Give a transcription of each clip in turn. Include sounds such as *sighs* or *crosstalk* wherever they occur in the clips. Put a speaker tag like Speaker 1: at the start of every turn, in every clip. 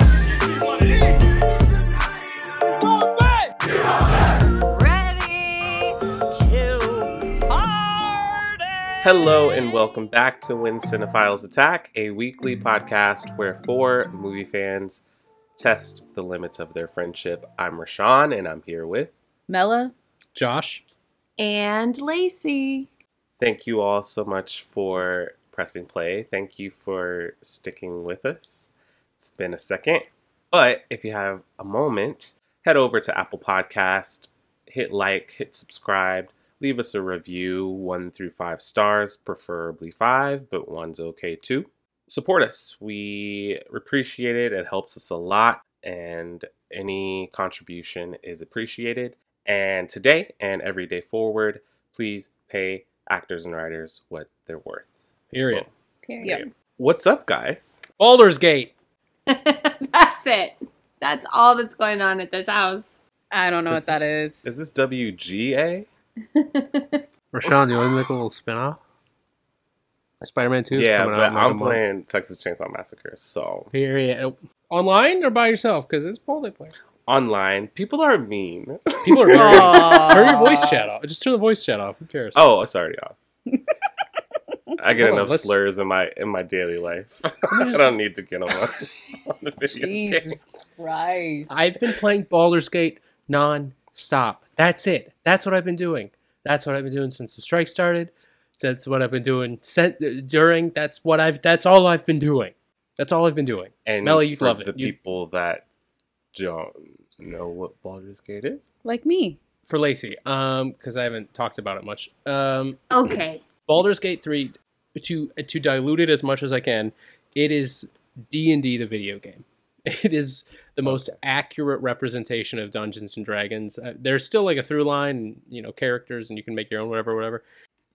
Speaker 1: giving you what it is. Go back!
Speaker 2: Ready to party.
Speaker 3: Hello and welcome back to When Cinephiles Attack, a weekly podcast where four movie fans test the limits of their friendship. I'm Rashawn and I'm here with.
Speaker 2: Mella
Speaker 4: Josh.
Speaker 2: and Lacey.
Speaker 3: Thank you all so much for pressing play. Thank you for sticking with us. It's been a second, but if you have a moment, head over to Apple Podcast, hit like, hit subscribe, leave us a review, one through five stars, preferably five, but one's okay too. Support us. We appreciate it. It helps us a lot, and any contribution is appreciated. And today and every day forward, please pay actors and writers what they're worth.
Speaker 4: Period.
Speaker 2: Period.
Speaker 3: What's up, guys?
Speaker 4: Baldur's Gate.
Speaker 5: *laughs* that's it. That's all that's going on at this house.
Speaker 2: I don't know
Speaker 3: This
Speaker 2: what that is.
Speaker 3: Is this WGA?
Speaker 4: Rashawn, you want to make a little spinoff? Spider-Man 2 is
Speaker 3: yeah,
Speaker 4: coming
Speaker 3: but
Speaker 4: out. in like a
Speaker 3: I'm
Speaker 4: month.
Speaker 3: playing Texas Chainsaw Massacre. So
Speaker 4: Period. Online or by yourself? Because it's multiplayer.
Speaker 3: online, people are mean.
Speaker 4: People are *laughs* very...
Speaker 2: Aw.
Speaker 4: Turn your voice chat off. Just turn the voice chat off. Who cares?
Speaker 3: Oh, it's already off.
Speaker 4: *laughs*
Speaker 3: I get
Speaker 4: Hold on,
Speaker 3: enough
Speaker 4: let's-
Speaker 3: slurs in my in my daily life. *laughs* I
Speaker 4: just-
Speaker 3: don't need to
Speaker 4: *laughs*
Speaker 3: get them on, on the video game.
Speaker 2: Jesus Christ.
Speaker 4: I've been playing Baldur's Gate non-stop. That's it. That's what I've been doing. That's what I've been doing since the strike started. That's what I've been doing sent, during. That's what I've. That's all I've been doing. That's all I've been doing.
Speaker 3: And
Speaker 4: Mel, you'd
Speaker 3: for
Speaker 4: love it.
Speaker 3: the
Speaker 4: You'd-
Speaker 3: people that don't know what Baldur's Gate is,
Speaker 2: Like me.
Speaker 4: For Lacey, um, because I haven't talked about it much. Um,
Speaker 5: Okay.
Speaker 4: Baldur's Gate 3 to to dilute it as much as I can, it is D&D the video game. *laughs* It is the most accurate representation of Dungeons and Dragons. Uh, there's still like a through line, and, you know, characters and you can make your own whatever whatever.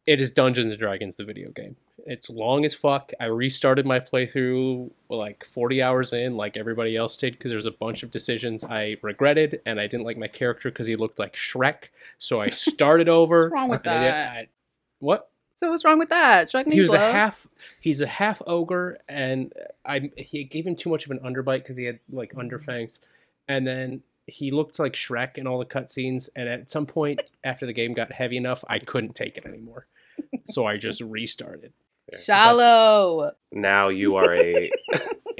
Speaker 4: It is Dungeons and Dragons the video game. It's long as fuck. I restarted my playthrough like 40 hours in like everybody else did because there's a bunch of decisions I regretted and I didn't like my character cuz he looked like Shrek, so I started over.
Speaker 2: *laughs* What's wrong with
Speaker 4: and I did-
Speaker 2: that?
Speaker 4: I- what?
Speaker 2: So what's wrong with that? Should I
Speaker 4: he was
Speaker 2: blow?
Speaker 4: a half he's a half ogre and i he gave him too much of an underbite because he had like underfangs and then he looked like shrek in all the cutscenes and at some point after the game got heavy enough i couldn't take it anymore so i just restarted
Speaker 2: shallow.
Speaker 3: now
Speaker 4: *laughs*
Speaker 3: you are a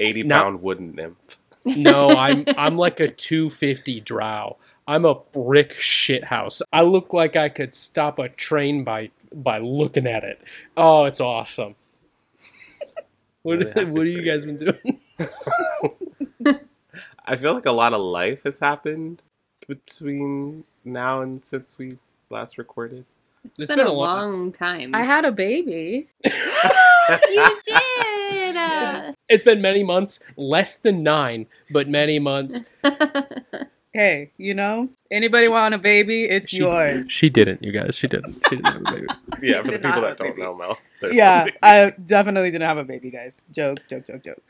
Speaker 3: eighty
Speaker 4: Now-
Speaker 3: pound wooden nymph.
Speaker 4: *laughs* no i'm i'm like a 250 drow i'm a brick shit house i look like i could stop a train by by looking at it oh it's awesome *laughs* what,
Speaker 3: Really happy
Speaker 4: what have you
Speaker 3: for
Speaker 4: guys been doing
Speaker 3: I feel like a lot of life has happened between now and since we last recorded.
Speaker 4: *laughs*
Speaker 5: it's
Speaker 4: It's
Speaker 5: been,
Speaker 4: been
Speaker 5: a
Speaker 4: a lo-
Speaker 5: long time.
Speaker 4: *laughs*
Speaker 2: I had a baby.
Speaker 5: you did. uh,
Speaker 4: It's been many months, less than nine, but many months.
Speaker 5: Uh,
Speaker 2: Hey, you know, anybody want a baby?
Speaker 4: *laughs*
Speaker 2: It's yours.
Speaker 4: She didn't, you guys. She didn't. She didn't have a *laughs* baby.
Speaker 3: yeah, for the
Speaker 2: Did
Speaker 3: people that
Speaker 2: not,
Speaker 3: don't
Speaker 2: maybe.
Speaker 3: know, Mel. there's
Speaker 2: Yeah,
Speaker 3: something.
Speaker 2: I definitely didn't have a baby, guys. Joke, joke, joke, joke.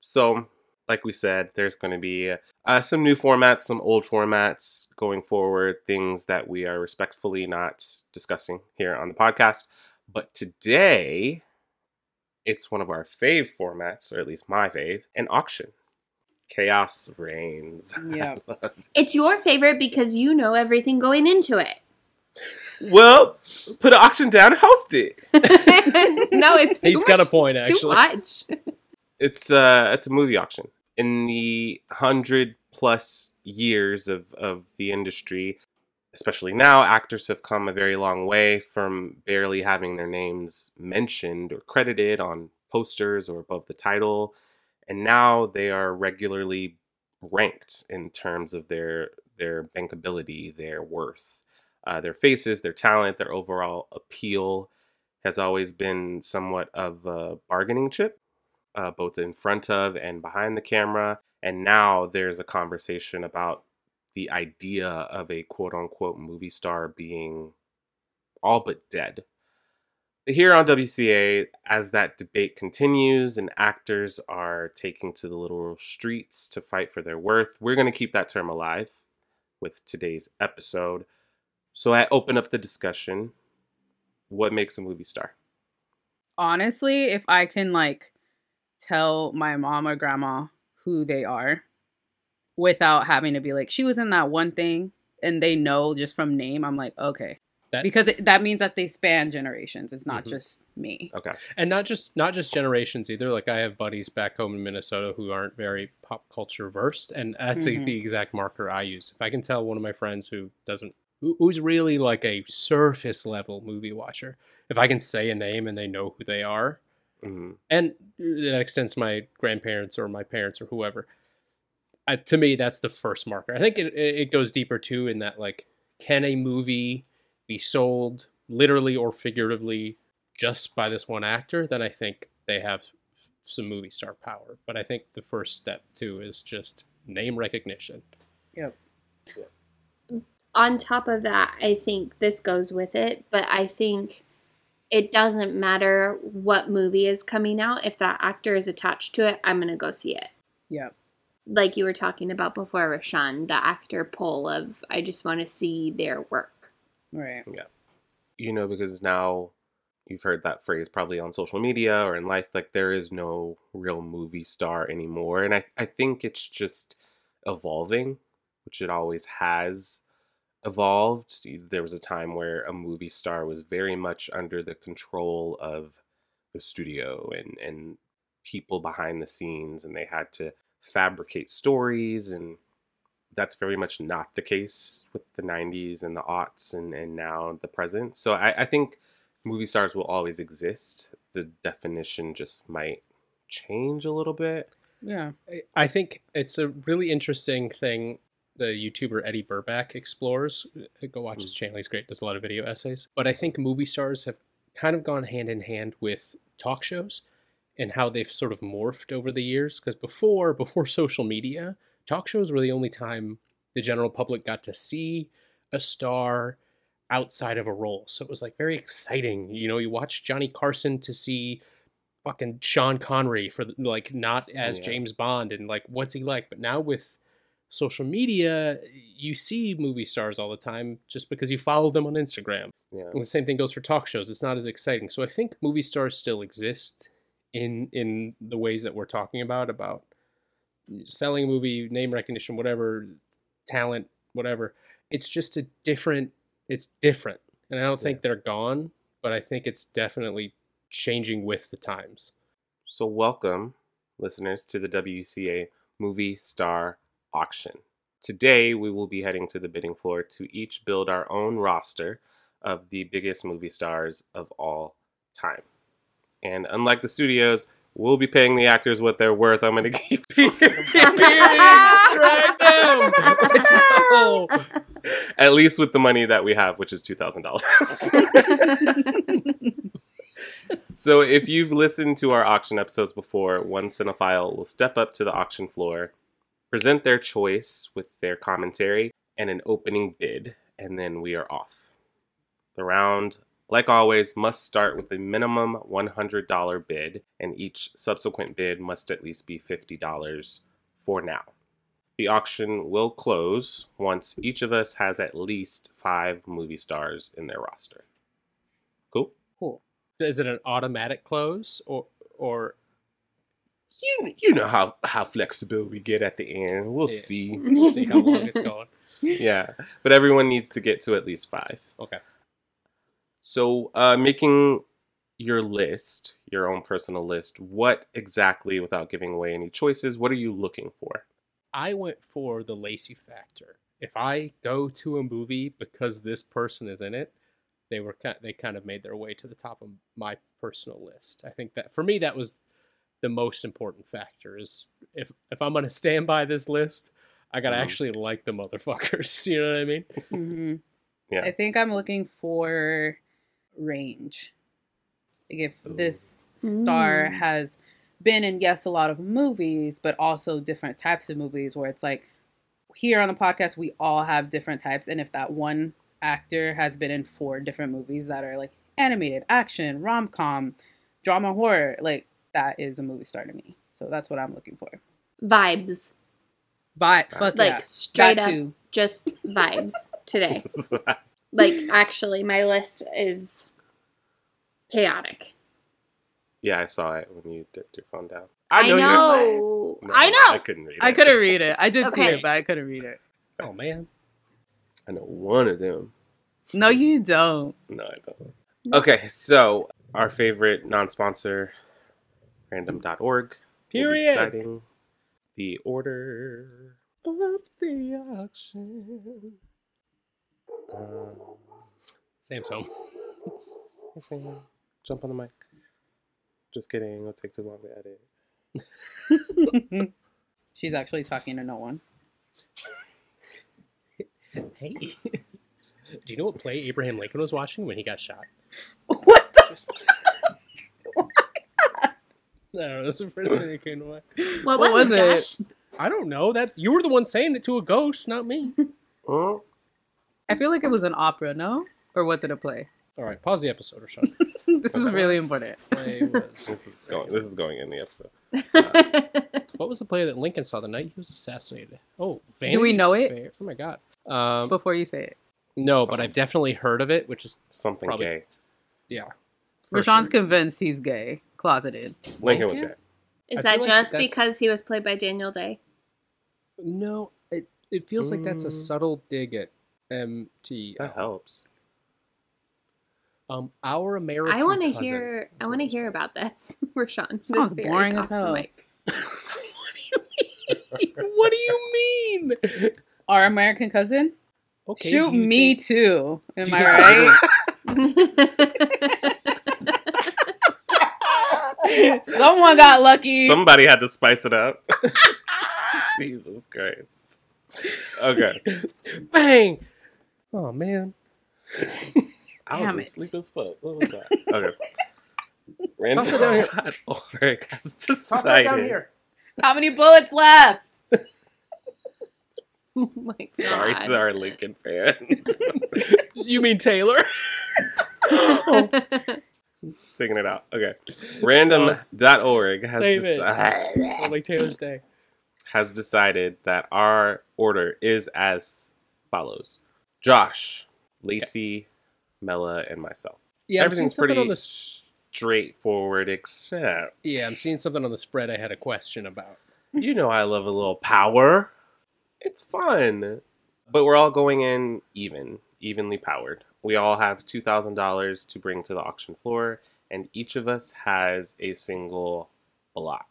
Speaker 3: So, like we said, there's going to be uh, some new formats, some old formats going forward, things that we are respectfully not discussing here on the podcast. But today, it's one of our fave formats, or at least my fave, an auction. Chaos reigns.
Speaker 2: Yeah.
Speaker 5: *laughs* it's your favorite because you know everything going into it. *laughs*
Speaker 3: Well, put an auction down and host it.
Speaker 5: no, it's too
Speaker 4: He's got a
Speaker 5: much-
Speaker 4: point,
Speaker 5: it's Too
Speaker 4: actually.
Speaker 5: much.
Speaker 3: It's uh it's a movie auction. In the hundred plus years of, of the industry, especially now, actors have come a very long way from barely having their names mentioned or credited on posters or above the title. And now they are regularly ranked in terms of their their bankability, their worth, uh, their faces, their talent, their overall appeal has always been somewhat of a bargaining chip uh, both in front of and behind the camera. And now there's a conversation about the idea of a quote unquote movie star being all but dead. Here on WCA, as that debate continues and actors are taking to the literal streets to fight for their worth, we're going to keep that term alive with today's episode. So I open up the discussion. What makes a movie star?
Speaker 2: honestly, if I can like tell my mom or grandma who they are without having to be like, she was in that one thing and they know just from name, I'm like, okay.
Speaker 4: That's,
Speaker 2: Because it, that means that they span generations. It's not
Speaker 4: Mhm.
Speaker 2: just me.
Speaker 3: Okay.
Speaker 4: and not just not just generations either. Like I have buddies back home in Minnesota who aren't very pop culture versed, and that's
Speaker 2: Mhm.
Speaker 4: the exact marker I use. If I can tell one of my friends who doesn't, who, who's really like a surface level movie watcher, if I can say a name and they know who they are,
Speaker 3: Mhm.
Speaker 4: and that extends to my grandparents or my parents or whoever. I, to me, that's the first marker. I think it, it it goes deeper too in that like, can a movie be sold literally or figuratively just by this one actor? Then I think they have some movie star power. But I think the first step too is just name recognition.
Speaker 5: on top of that, I think this goes with it, but I think it doesn't matter what movie is coming out. If that actor is attached to it, I'm going to go see it.
Speaker 2: Yeah.
Speaker 5: Like you were talking about before, Rashawn, the actor poll of I just want to see their work.
Speaker 2: Right.
Speaker 3: You know, because now you've heard that phrase probably on social media or in life, like there is no real movie star anymore. And I, I think it's just evolving, which it always has evolved. There was a time where a movie star was very much under the control of the studio and, and people behind the scenes, and they had to fabricate stories and that's very much not the case with the 90s and the aughts and, and now the present. So I, I think movie stars will always exist. The definition just might change a little bit.
Speaker 2: Yeah.
Speaker 4: I- I think it's a really interesting thing the YouTuber Eddie Burback explores. Uh, Go watch his channel; he's great. Does a lot of video essays. But I think movie stars have kind of gone hand in hand with talk shows and how they've sort of morphed over the years. Because before, *laughs* before social media, talk shows were the only time the general public got to see a star outside of a role. So it was like very exciting. You know, you watch Johnny Carson to see fucking Sean Connery for the, like not as
Speaker 3: Yeah.
Speaker 4: James Bond and like what's he like. But now with social media, you see movie stars all the time just because you follow them on Instagram.
Speaker 3: Yeah.
Speaker 4: And the same thing goes for talk shows. It's not as exciting. So I think movie stars still exist in in the ways that we're talking about about selling a movie, name recognition, whatever, talent, whatever. It's just a different. It's different, and I don't
Speaker 3: Yeah.
Speaker 4: think they're gone, but I think it's definitely changing with the times.
Speaker 3: So welcome, listeners, to the WCA Movie Star Auction. Today, we will be heading to the bidding floor to each build our own roster of the biggest movie stars of all time. And unlike the studios, we'll be paying the actors what they're worth. I'm going to *laughs* keep
Speaker 2: *laughs*
Speaker 4: Drag them. Let's go.
Speaker 3: At least with the money that we have, which is two thousand dollars. so if you've listened to our auction episodes before, one cinephile will step up to the auction floor, present their choice with their commentary and an opening bid, and then we are off. The round, like always, must start with a minimum one hundred dollar bid, and each subsequent bid must at least be fifty dollars for now. The auction will close once each of us has at least five movie stars in their roster. Cool.
Speaker 2: Cool.
Speaker 4: Is it an automatic close or or
Speaker 3: You you know how how flexible we get at the end. We'll
Speaker 4: Yeah.
Speaker 3: see.
Speaker 4: see how long it's going?
Speaker 5: Mm-hmm.
Speaker 3: yeah, but everyone needs to get to at least five.
Speaker 4: Okay.
Speaker 3: So, uh, making your list, your own personal list, what exactly, without giving away any choices, what are you looking for?
Speaker 4: I went for the Lacey factor. If I go to a movie because this person is in it, they were ki- they kind of made their way to the top of my personal list. I think that for me that was the most important factor is if if I'm gonna stand by this list, I gotta
Speaker 3: Mhm.
Speaker 4: actually like the motherfuckers. *laughs* You know what I mean?
Speaker 2: hmm
Speaker 3: Yeah.
Speaker 2: I think I'm looking for range. Like if
Speaker 3: Ooh.
Speaker 2: this star
Speaker 5: Mm.
Speaker 2: has been in, yes, a lot of movies, but also different types of movies where it's like here on the podcast, we all have different types. And if that one actor has been in four different movies that are like animated, action, rom com, drama, horror. Like that is a movie star to me. So that's what I'm looking for.
Speaker 5: Vibes.
Speaker 2: But fuck
Speaker 5: Like
Speaker 2: yeah.
Speaker 5: straight
Speaker 2: Got
Speaker 5: up
Speaker 2: to.
Speaker 5: just vibes today. Like actually my list is chaotic.
Speaker 3: yeah, I saw it when you dipped your phone down.
Speaker 5: I know.
Speaker 3: you're- No,
Speaker 5: I
Speaker 3: I
Speaker 5: know.
Speaker 3: couldn't read it.
Speaker 2: I couldn't read it. I did see
Speaker 5: Okay.
Speaker 2: it, but I couldn't read it.
Speaker 4: Oh man.
Speaker 3: I know one of them.
Speaker 2: No, you don't. *laughs*
Speaker 3: No, I don't. Okay, so our favorite non-sponsor, random.org. will be
Speaker 4: Period.
Speaker 3: deciding the order of the auction. Um,
Speaker 4: Sam's home.
Speaker 3: thanks, Sam. jump on the mic. Just kidding. It'll take too long to edit.
Speaker 2: She's actually talking to no one.
Speaker 4: Hey. *laughs* Do you know what play Abraham Lincoln was watching when he got shot?
Speaker 2: What the?
Speaker 4: I don't know. That's the first thing *laughs* that came to mind.
Speaker 5: What,
Speaker 2: What
Speaker 5: was,
Speaker 2: was
Speaker 5: it,
Speaker 2: it?
Speaker 5: Josh?
Speaker 4: I don't know. That you were the one saying it to a ghost, not *laughs* me. Mm.
Speaker 3: Oh,
Speaker 2: I feel like it was an opera, no? Or was it a play? *laughs*
Speaker 4: All right, pause the episode or something.
Speaker 2: this is really important.
Speaker 4: *laughs* Play was,
Speaker 3: this is going. This is going in the episode.
Speaker 4: what was the play that Lincoln saw the night he was assassinated? Oh, Vanity
Speaker 2: Do we know it
Speaker 4: Fair. Oh my god. Um,
Speaker 2: before you say it?
Speaker 4: no, but I've definitely heard of it, which is
Speaker 3: Something
Speaker 4: Probably.
Speaker 3: gay.
Speaker 4: yeah. for
Speaker 2: Rashawn's
Speaker 4: sure.
Speaker 2: convinced he's gay, closeted.
Speaker 3: Lincoln was gay.
Speaker 4: Lincoln?
Speaker 5: Is
Speaker 4: I
Speaker 5: that
Speaker 4: feel like
Speaker 5: just
Speaker 4: that's-
Speaker 5: because he was played by Daniel Day?
Speaker 4: No, it it feels like that's a
Speaker 3: Mm.
Speaker 4: subtle dig at MT.
Speaker 3: That helps.
Speaker 4: Um, our American.
Speaker 5: I want to
Speaker 4: cousin.
Speaker 5: hear. I
Speaker 4: That's
Speaker 5: want to
Speaker 4: what-
Speaker 5: hear about this, *laughs* Rashawn. This
Speaker 2: Sounds
Speaker 5: very
Speaker 2: boring as
Speaker 5: off the
Speaker 2: hell.
Speaker 5: mic.
Speaker 4: *laughs* what do you
Speaker 2: *laughs*
Speaker 4: mean?
Speaker 2: Our American cousin? Shoot
Speaker 4: do you
Speaker 2: me
Speaker 4: think-
Speaker 2: too.
Speaker 4: do
Speaker 2: Am
Speaker 4: you
Speaker 2: I
Speaker 4: think-
Speaker 2: right?
Speaker 5: *laughs*
Speaker 2: Someone got lucky.
Speaker 3: Somebody had to spice it up. *laughs* Jesus Christ. Okay.
Speaker 4: Bang! Oh man,
Speaker 3: I
Speaker 2: Damn
Speaker 3: was
Speaker 2: it.
Speaker 3: asleep as fuck. What was that?
Speaker 2: *laughs*
Speaker 3: okay.
Speaker 4: Toss it down here.
Speaker 3: Random.org has decided.
Speaker 2: How many bullets left?
Speaker 5: oh *laughs* my god.
Speaker 3: Sorry to our Lincoln
Speaker 2: *laughs*
Speaker 3: fans.
Speaker 4: You mean *laughs* Taylor?
Speaker 3: Taking it out. Okay. Random.org has,
Speaker 4: Save it.
Speaker 3: deci-
Speaker 4: Oh, like Taylor's Day.
Speaker 3: has decided that our order is as follows Josh, Lacey, Mella, and myself.
Speaker 4: Yeah, I'm seeing
Speaker 3: Everything's
Speaker 4: something
Speaker 3: pretty
Speaker 4: on the. s-
Speaker 3: straightforward, except
Speaker 4: Yeah, I'm seeing something on the spread. I had a question about.
Speaker 3: you know I love a little power. It's fun. But we're all going in even, evenly powered. We all have $2,000 to bring to the auction floor, and each of us has a single block,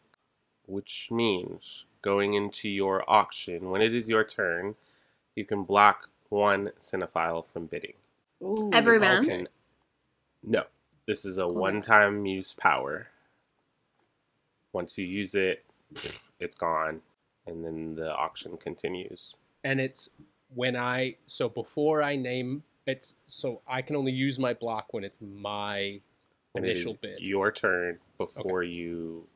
Speaker 3: which means going into your auction, when it is your turn, you can block one cinephile from bidding.
Speaker 5: *laughs* Every
Speaker 3: This
Speaker 5: round?
Speaker 3: can- no. This
Speaker 4: Oh,
Speaker 3: is a
Speaker 5: that's-
Speaker 3: one time use power. Once you use it, it's gone. And then the auction continues.
Speaker 4: and it's when I so before I name it's so I can only use my block when it's my
Speaker 3: When it is
Speaker 4: initial bid.
Speaker 3: Your turn before you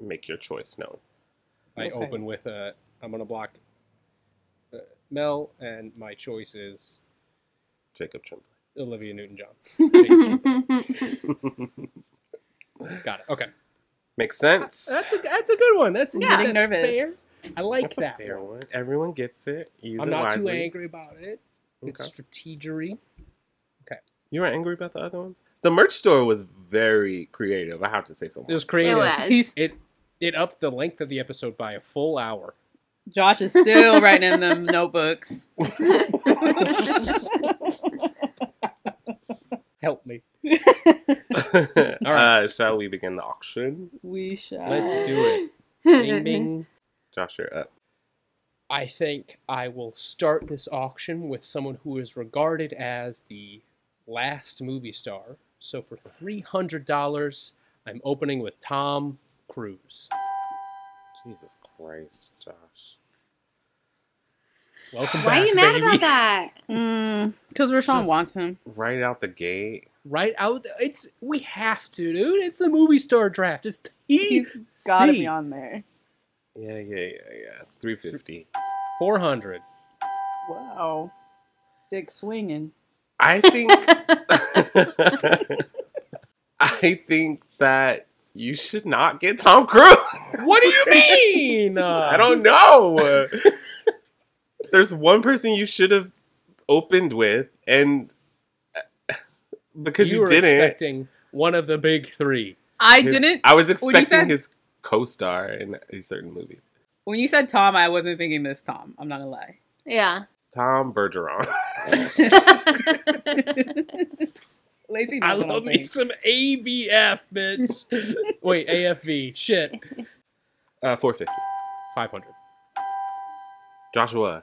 Speaker 3: make your choice known.
Speaker 4: I
Speaker 2: Okay.
Speaker 4: open with a I'm gonna block uh, Mel, and my choice is
Speaker 3: Jacob Tremblay.
Speaker 5: *laughs*
Speaker 4: Olivia Newton-John. *laughs* Got it. Okay,
Speaker 3: Makes sense.
Speaker 4: that's a that's a good one. That's
Speaker 5: Yeah.
Speaker 4: that's
Speaker 5: Getting
Speaker 2: nervous.
Speaker 4: fair. I like
Speaker 3: *laughs* That's a
Speaker 4: that.
Speaker 3: fair
Speaker 4: one.
Speaker 3: one. Everyone gets it. Use
Speaker 4: I'm
Speaker 3: it
Speaker 4: not
Speaker 3: wisely.
Speaker 4: too angry about it. It's
Speaker 3: Okay.
Speaker 4: strategery.
Speaker 3: You weren't angry about the other ones? The merch store was very creative. I have to say so.
Speaker 4: It was
Speaker 3: much.
Speaker 4: creative.
Speaker 5: It was.
Speaker 2: He's-
Speaker 4: *laughs* It it upped the length of the episode by a full hour.
Speaker 2: Josh is *laughs* still writing in them *laughs* notebooks.
Speaker 4: Help me.
Speaker 3: *laughs* uh, shall we begin the auction?
Speaker 2: We shall.
Speaker 4: Let's do
Speaker 5: *laughs*
Speaker 4: it. Bing bing.
Speaker 3: Josh, you're up.
Speaker 4: I think I will start this auction with someone who is regarded as the last movie star. So for $300, I'm opening with Tom Cruise.
Speaker 3: Jesus Christ, Josh.
Speaker 4: Welcome
Speaker 5: Why are
Speaker 4: back,
Speaker 5: you mad
Speaker 4: baby.
Speaker 5: about that?
Speaker 2: Because Mm, Rashawn
Speaker 3: Just-
Speaker 2: wants him.
Speaker 3: Right out the gate.
Speaker 4: Right out it's we have to, dude. It's the movie star draft. It's He's
Speaker 2: Gotta be on there.
Speaker 3: Yeah, yeah, yeah, yeah. 350.
Speaker 4: 400.
Speaker 2: Wow. Dick swinging.
Speaker 3: I think *laughs* I think that you should not get Tom Cruise.
Speaker 4: What do you
Speaker 3: *laughs*
Speaker 4: mean? Uh,
Speaker 3: I don't know. There's one person you should have opened with, and uh, because you,
Speaker 4: were
Speaker 3: didn't,
Speaker 4: expecting one of the big three.
Speaker 2: I
Speaker 3: his-
Speaker 2: didn't.
Speaker 3: I was
Speaker 2: when you
Speaker 3: expecting
Speaker 2: said-
Speaker 3: his co-star in a certain movie,
Speaker 2: When you said Tom, I wasn't thinking this Tom. I'm not gonna lie.
Speaker 3: *laughs*
Speaker 5: yeah.
Speaker 3: Tom Bergeron.
Speaker 2: Lacey knows
Speaker 4: I
Speaker 2: what I'm
Speaker 4: love me
Speaker 2: saying.
Speaker 4: some ABF, bitch.
Speaker 2: *laughs*
Speaker 4: Wait, AFV. Shit.
Speaker 3: Uh, 450.
Speaker 4: Five hundred.
Speaker 3: Joshua.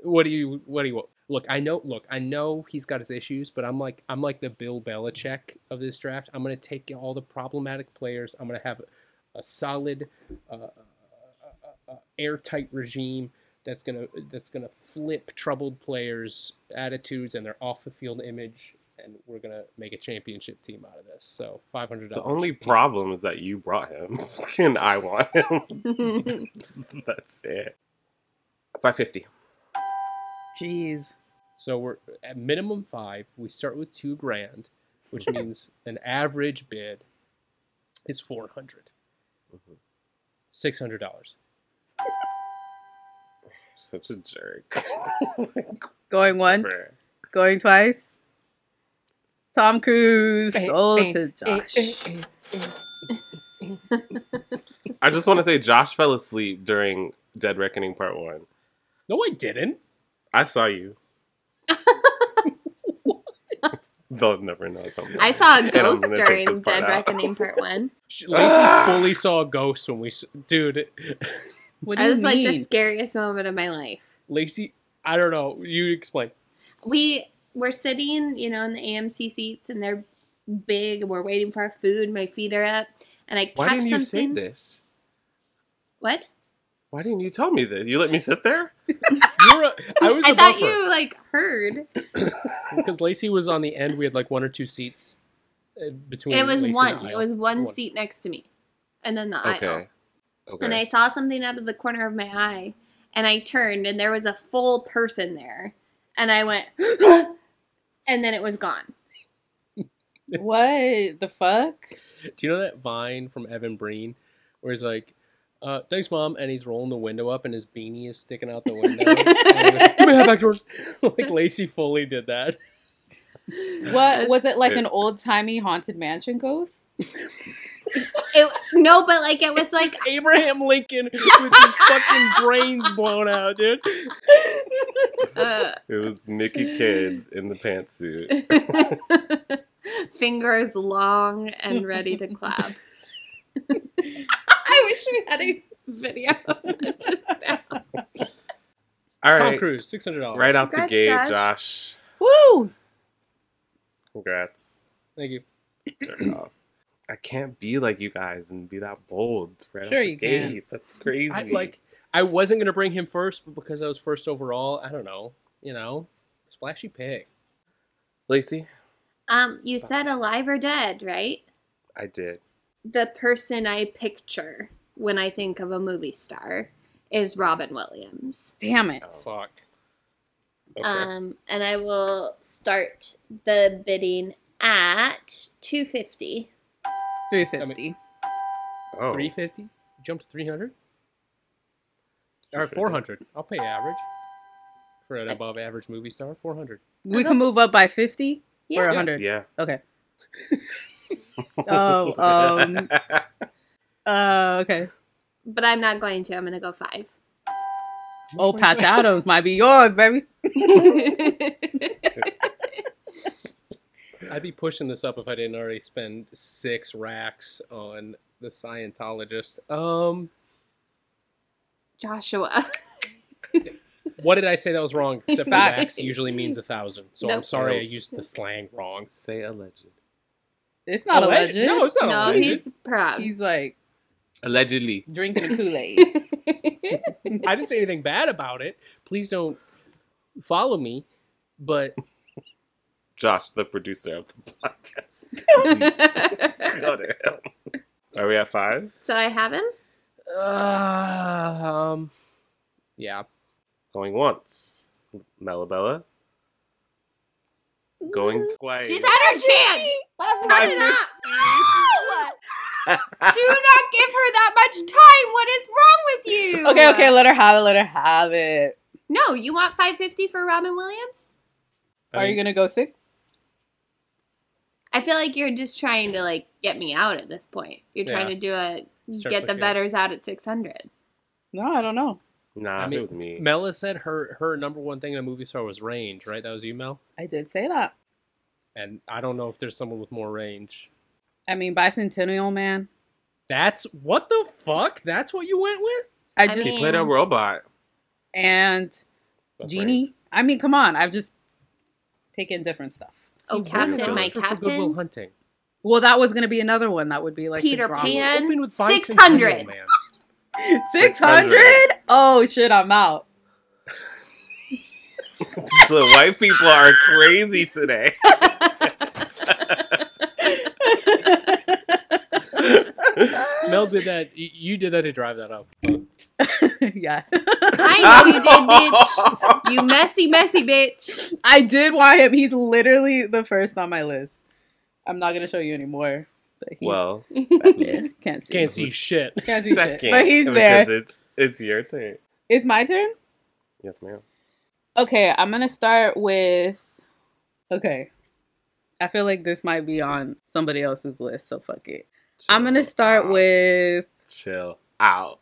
Speaker 4: What do you? What do you? want? Look, I know. Look, I know he's got his issues, but I'm like, I'm like the Bill Belichick of this draft. I'm gonna take all the problematic players. I'm gonna have a solid, uh, uh, uh, uh, airtight regime that's gonna that's gonna flip troubled players' attitudes and their off the field image, and we're gonna make a championship team out of this. So five hundred.
Speaker 3: The only problem is that you brought him, *laughs* and I *laughs* want him. That's it. 550.
Speaker 2: Jeez.
Speaker 4: So we're at minimum five. We start with two grand, which means an average bid is four hundred.
Speaker 3: Mhm.
Speaker 4: Six hundred dollars.
Speaker 3: Such a jerk.
Speaker 2: Going once,
Speaker 3: Bruh.
Speaker 2: going twice. Tom Cruise sold to Josh.
Speaker 3: I just want to say Josh fell asleep during Dead Reckoning Part 1.
Speaker 4: No, I didn't.
Speaker 3: I saw *laughs* you. They'll never know if I'm
Speaker 5: I
Speaker 3: lying.
Speaker 5: saw a
Speaker 3: And I'm
Speaker 5: ghost
Speaker 3: gonna take
Speaker 5: during
Speaker 3: this part
Speaker 5: Dead
Speaker 3: out.
Speaker 5: Reckoning
Speaker 3: *laughs*
Speaker 5: Part One.
Speaker 4: Sh- Lacey fully saw a ghost when we, s- dude. *laughs*
Speaker 2: What do
Speaker 5: I
Speaker 2: you
Speaker 5: was like
Speaker 2: mean?
Speaker 5: the scariest moment of my life.
Speaker 4: Lacey, I don't know. You explain.
Speaker 5: we were sitting, you know, in the AMC seats, and they're big, and we're waiting for our food. My feet are up, and I
Speaker 3: Why
Speaker 5: catch
Speaker 3: didn't you say
Speaker 5: something.
Speaker 3: this?
Speaker 5: What?
Speaker 3: Why didn't you tell me this? You let me sit there?
Speaker 4: You're a, I
Speaker 5: *laughs*
Speaker 4: was
Speaker 5: I
Speaker 4: a
Speaker 5: thought
Speaker 4: buffer
Speaker 5: you like heard.
Speaker 4: because Lacey was on the end. We had like one or two seats uh, between.
Speaker 5: it was
Speaker 4: Lacey and
Speaker 5: one.
Speaker 4: I.
Speaker 5: It was one,
Speaker 4: One.
Speaker 5: seat next to me, and then the
Speaker 3: Okay.
Speaker 5: aisle.
Speaker 3: Okay.
Speaker 5: And I saw something out of the corner of my eye, and I turned, and there was a full person there, and I went, *gasps* and then it was gone.
Speaker 2: what the fuck?
Speaker 4: Do you know that vine from Evan Breen where he's like, uh, thanks, mom, and he's rolling the window up and his beanie is sticking out the window. And he goes, Give me that back, George. *laughs* like Lacey Foley did that.
Speaker 2: What was it like
Speaker 3: It-
Speaker 2: an old timey haunted mansion ghost?
Speaker 5: It, no, but like it was like
Speaker 4: It's Abraham Lincoln with his fucking brains blown out, dude.
Speaker 5: uh, *laughs*
Speaker 3: It was Nikki Kids in the pantsuit.
Speaker 5: Fingers long and ready to clap. *laughs* I wish we had a video of that just now.
Speaker 3: All right.
Speaker 4: Tom Cruise, six hundred dollars.
Speaker 3: Right out the
Speaker 5: Congrats,
Speaker 3: gate,
Speaker 5: Josh.
Speaker 3: Josh.
Speaker 2: Woo!
Speaker 3: Congrats.
Speaker 4: Thank you.
Speaker 3: Jerk off. I can't be like you guys and be that bold. Right
Speaker 2: Sure
Speaker 3: out the
Speaker 2: you can.
Speaker 3: gate. That's crazy.
Speaker 4: I like I wasn't gonna bring him first, but because I was first overall, I don't know. You know? Splashy pig.
Speaker 3: Lacey,
Speaker 5: Um, you said alive or dead, right?
Speaker 3: I did.
Speaker 5: The person I picture when I think of a movie star is Robin Williams.
Speaker 2: Damn
Speaker 3: Oh.
Speaker 2: it.
Speaker 4: Fuck.
Speaker 3: Okay.
Speaker 5: Um, and I will start the bidding at 250.
Speaker 2: 350.
Speaker 3: oh.
Speaker 4: Three fifty? Jumped three hundred? Or four hundred. I'll pay average for an above average movie star. Four hundred.
Speaker 2: we can move up by 50 or
Speaker 5: Yeah.
Speaker 2: 100.
Speaker 3: Yeah.
Speaker 2: Okay. Oh,
Speaker 4: *laughs*
Speaker 2: um, Uh, okay.
Speaker 5: But I'm not going to. I'm going to go
Speaker 2: *laughs*
Speaker 5: five.
Speaker 2: Oh, Patch Adams might be yours, baby.
Speaker 4: I'd be pushing this up if I didn't already spend six racks on the Scientologist. Um,
Speaker 5: Joshua.
Speaker 4: what did I say that was
Speaker 2: *laughs*
Speaker 4: wrong? Except for
Speaker 2: Facts.
Speaker 4: racks usually means a thousand. So I'm
Speaker 5: Nope.
Speaker 4: sorry I used the slang wrong.
Speaker 3: Say alleged.
Speaker 2: It's not a
Speaker 4: Alleged?
Speaker 2: legend.
Speaker 4: No, it's not
Speaker 5: no,
Speaker 4: a legend.
Speaker 5: he's proud.
Speaker 2: He's like
Speaker 3: Allegedly.
Speaker 2: drinking the Kool Aid.
Speaker 4: *laughs* I didn't say anything bad about it. Please don't follow me. But
Speaker 3: Josh, the producer of the *laughs* podcast. Please go to
Speaker 4: *laughs*
Speaker 3: him. Are we at five?
Speaker 5: *laughs* so I have him.
Speaker 4: uh, um, yeah.
Speaker 3: Going once. Malabella. going twice.
Speaker 5: She's had her chance. Cut it up. No! *laughs* Do not give her that much time. What is wrong with you?
Speaker 2: Okay, okay, let her have it. Let her have it.
Speaker 5: No, you want 550 for Robin Williams?
Speaker 2: Are you gonna go six?
Speaker 5: I feel like you're just trying to like get me out at this point. You're trying
Speaker 4: Yeah.
Speaker 5: to do a
Speaker 4: Start
Speaker 5: get the
Speaker 4: pushing it.
Speaker 5: betters out at 600.
Speaker 2: No, I don't know.
Speaker 3: Nah,
Speaker 4: I
Speaker 3: do
Speaker 4: mean,
Speaker 3: it with me.
Speaker 4: Mela said her her number one thing in a movie star was range, right? That was you, Mel.
Speaker 2: I did say that.
Speaker 4: And I don't know if there's someone with more range.
Speaker 2: I mean, Bicentennial Man.
Speaker 4: That's what the fuck. That's what you went with.
Speaker 2: I
Speaker 5: I
Speaker 2: just
Speaker 3: He
Speaker 5: mean-
Speaker 3: played a robot.
Speaker 2: and
Speaker 3: That's
Speaker 2: Genie. I mean, come on. I'm just picking different stuff.
Speaker 5: Oh,
Speaker 4: You won an
Speaker 5: Captain, my
Speaker 4: Oscar for Good Will
Speaker 5: Captain.
Speaker 4: Hunting.
Speaker 2: Well, that was gonna be another one that would be like the
Speaker 5: Peter
Speaker 2: drama.
Speaker 5: Pan.
Speaker 4: It opened with
Speaker 5: 600.
Speaker 4: Bicentennial Man.
Speaker 2: Six hundred. Oh shit, I'm out. *laughs*
Speaker 3: right. *laughs* the white people are crazy today.
Speaker 4: Mel did that. y- You did that to drive that up.
Speaker 2: yeah,
Speaker 5: *laughs*
Speaker 2: *laughs*
Speaker 5: I know you
Speaker 3: *laughs*
Speaker 5: did,
Speaker 4: *laughs*
Speaker 5: bitch. You messy, messy bitch.
Speaker 2: I did want him. He's literally the first on my list. I'm not gonna show you anymore. But he's *laughs*
Speaker 3: Well,
Speaker 2: back there. can't see.
Speaker 4: Can't see shit.
Speaker 3: *laughs*
Speaker 2: Can't do shit,
Speaker 3: Second,
Speaker 2: but he's
Speaker 3: because
Speaker 2: there.
Speaker 3: it's it's your turn.
Speaker 2: It's my turn.
Speaker 3: Yes, ma'am.
Speaker 2: Okay, I'm gonna start with. Okay, I feel like this might be on somebody else's list, so fuck it. I'm gonna
Speaker 3: Chill
Speaker 2: start
Speaker 3: out.
Speaker 2: with
Speaker 3: chill out.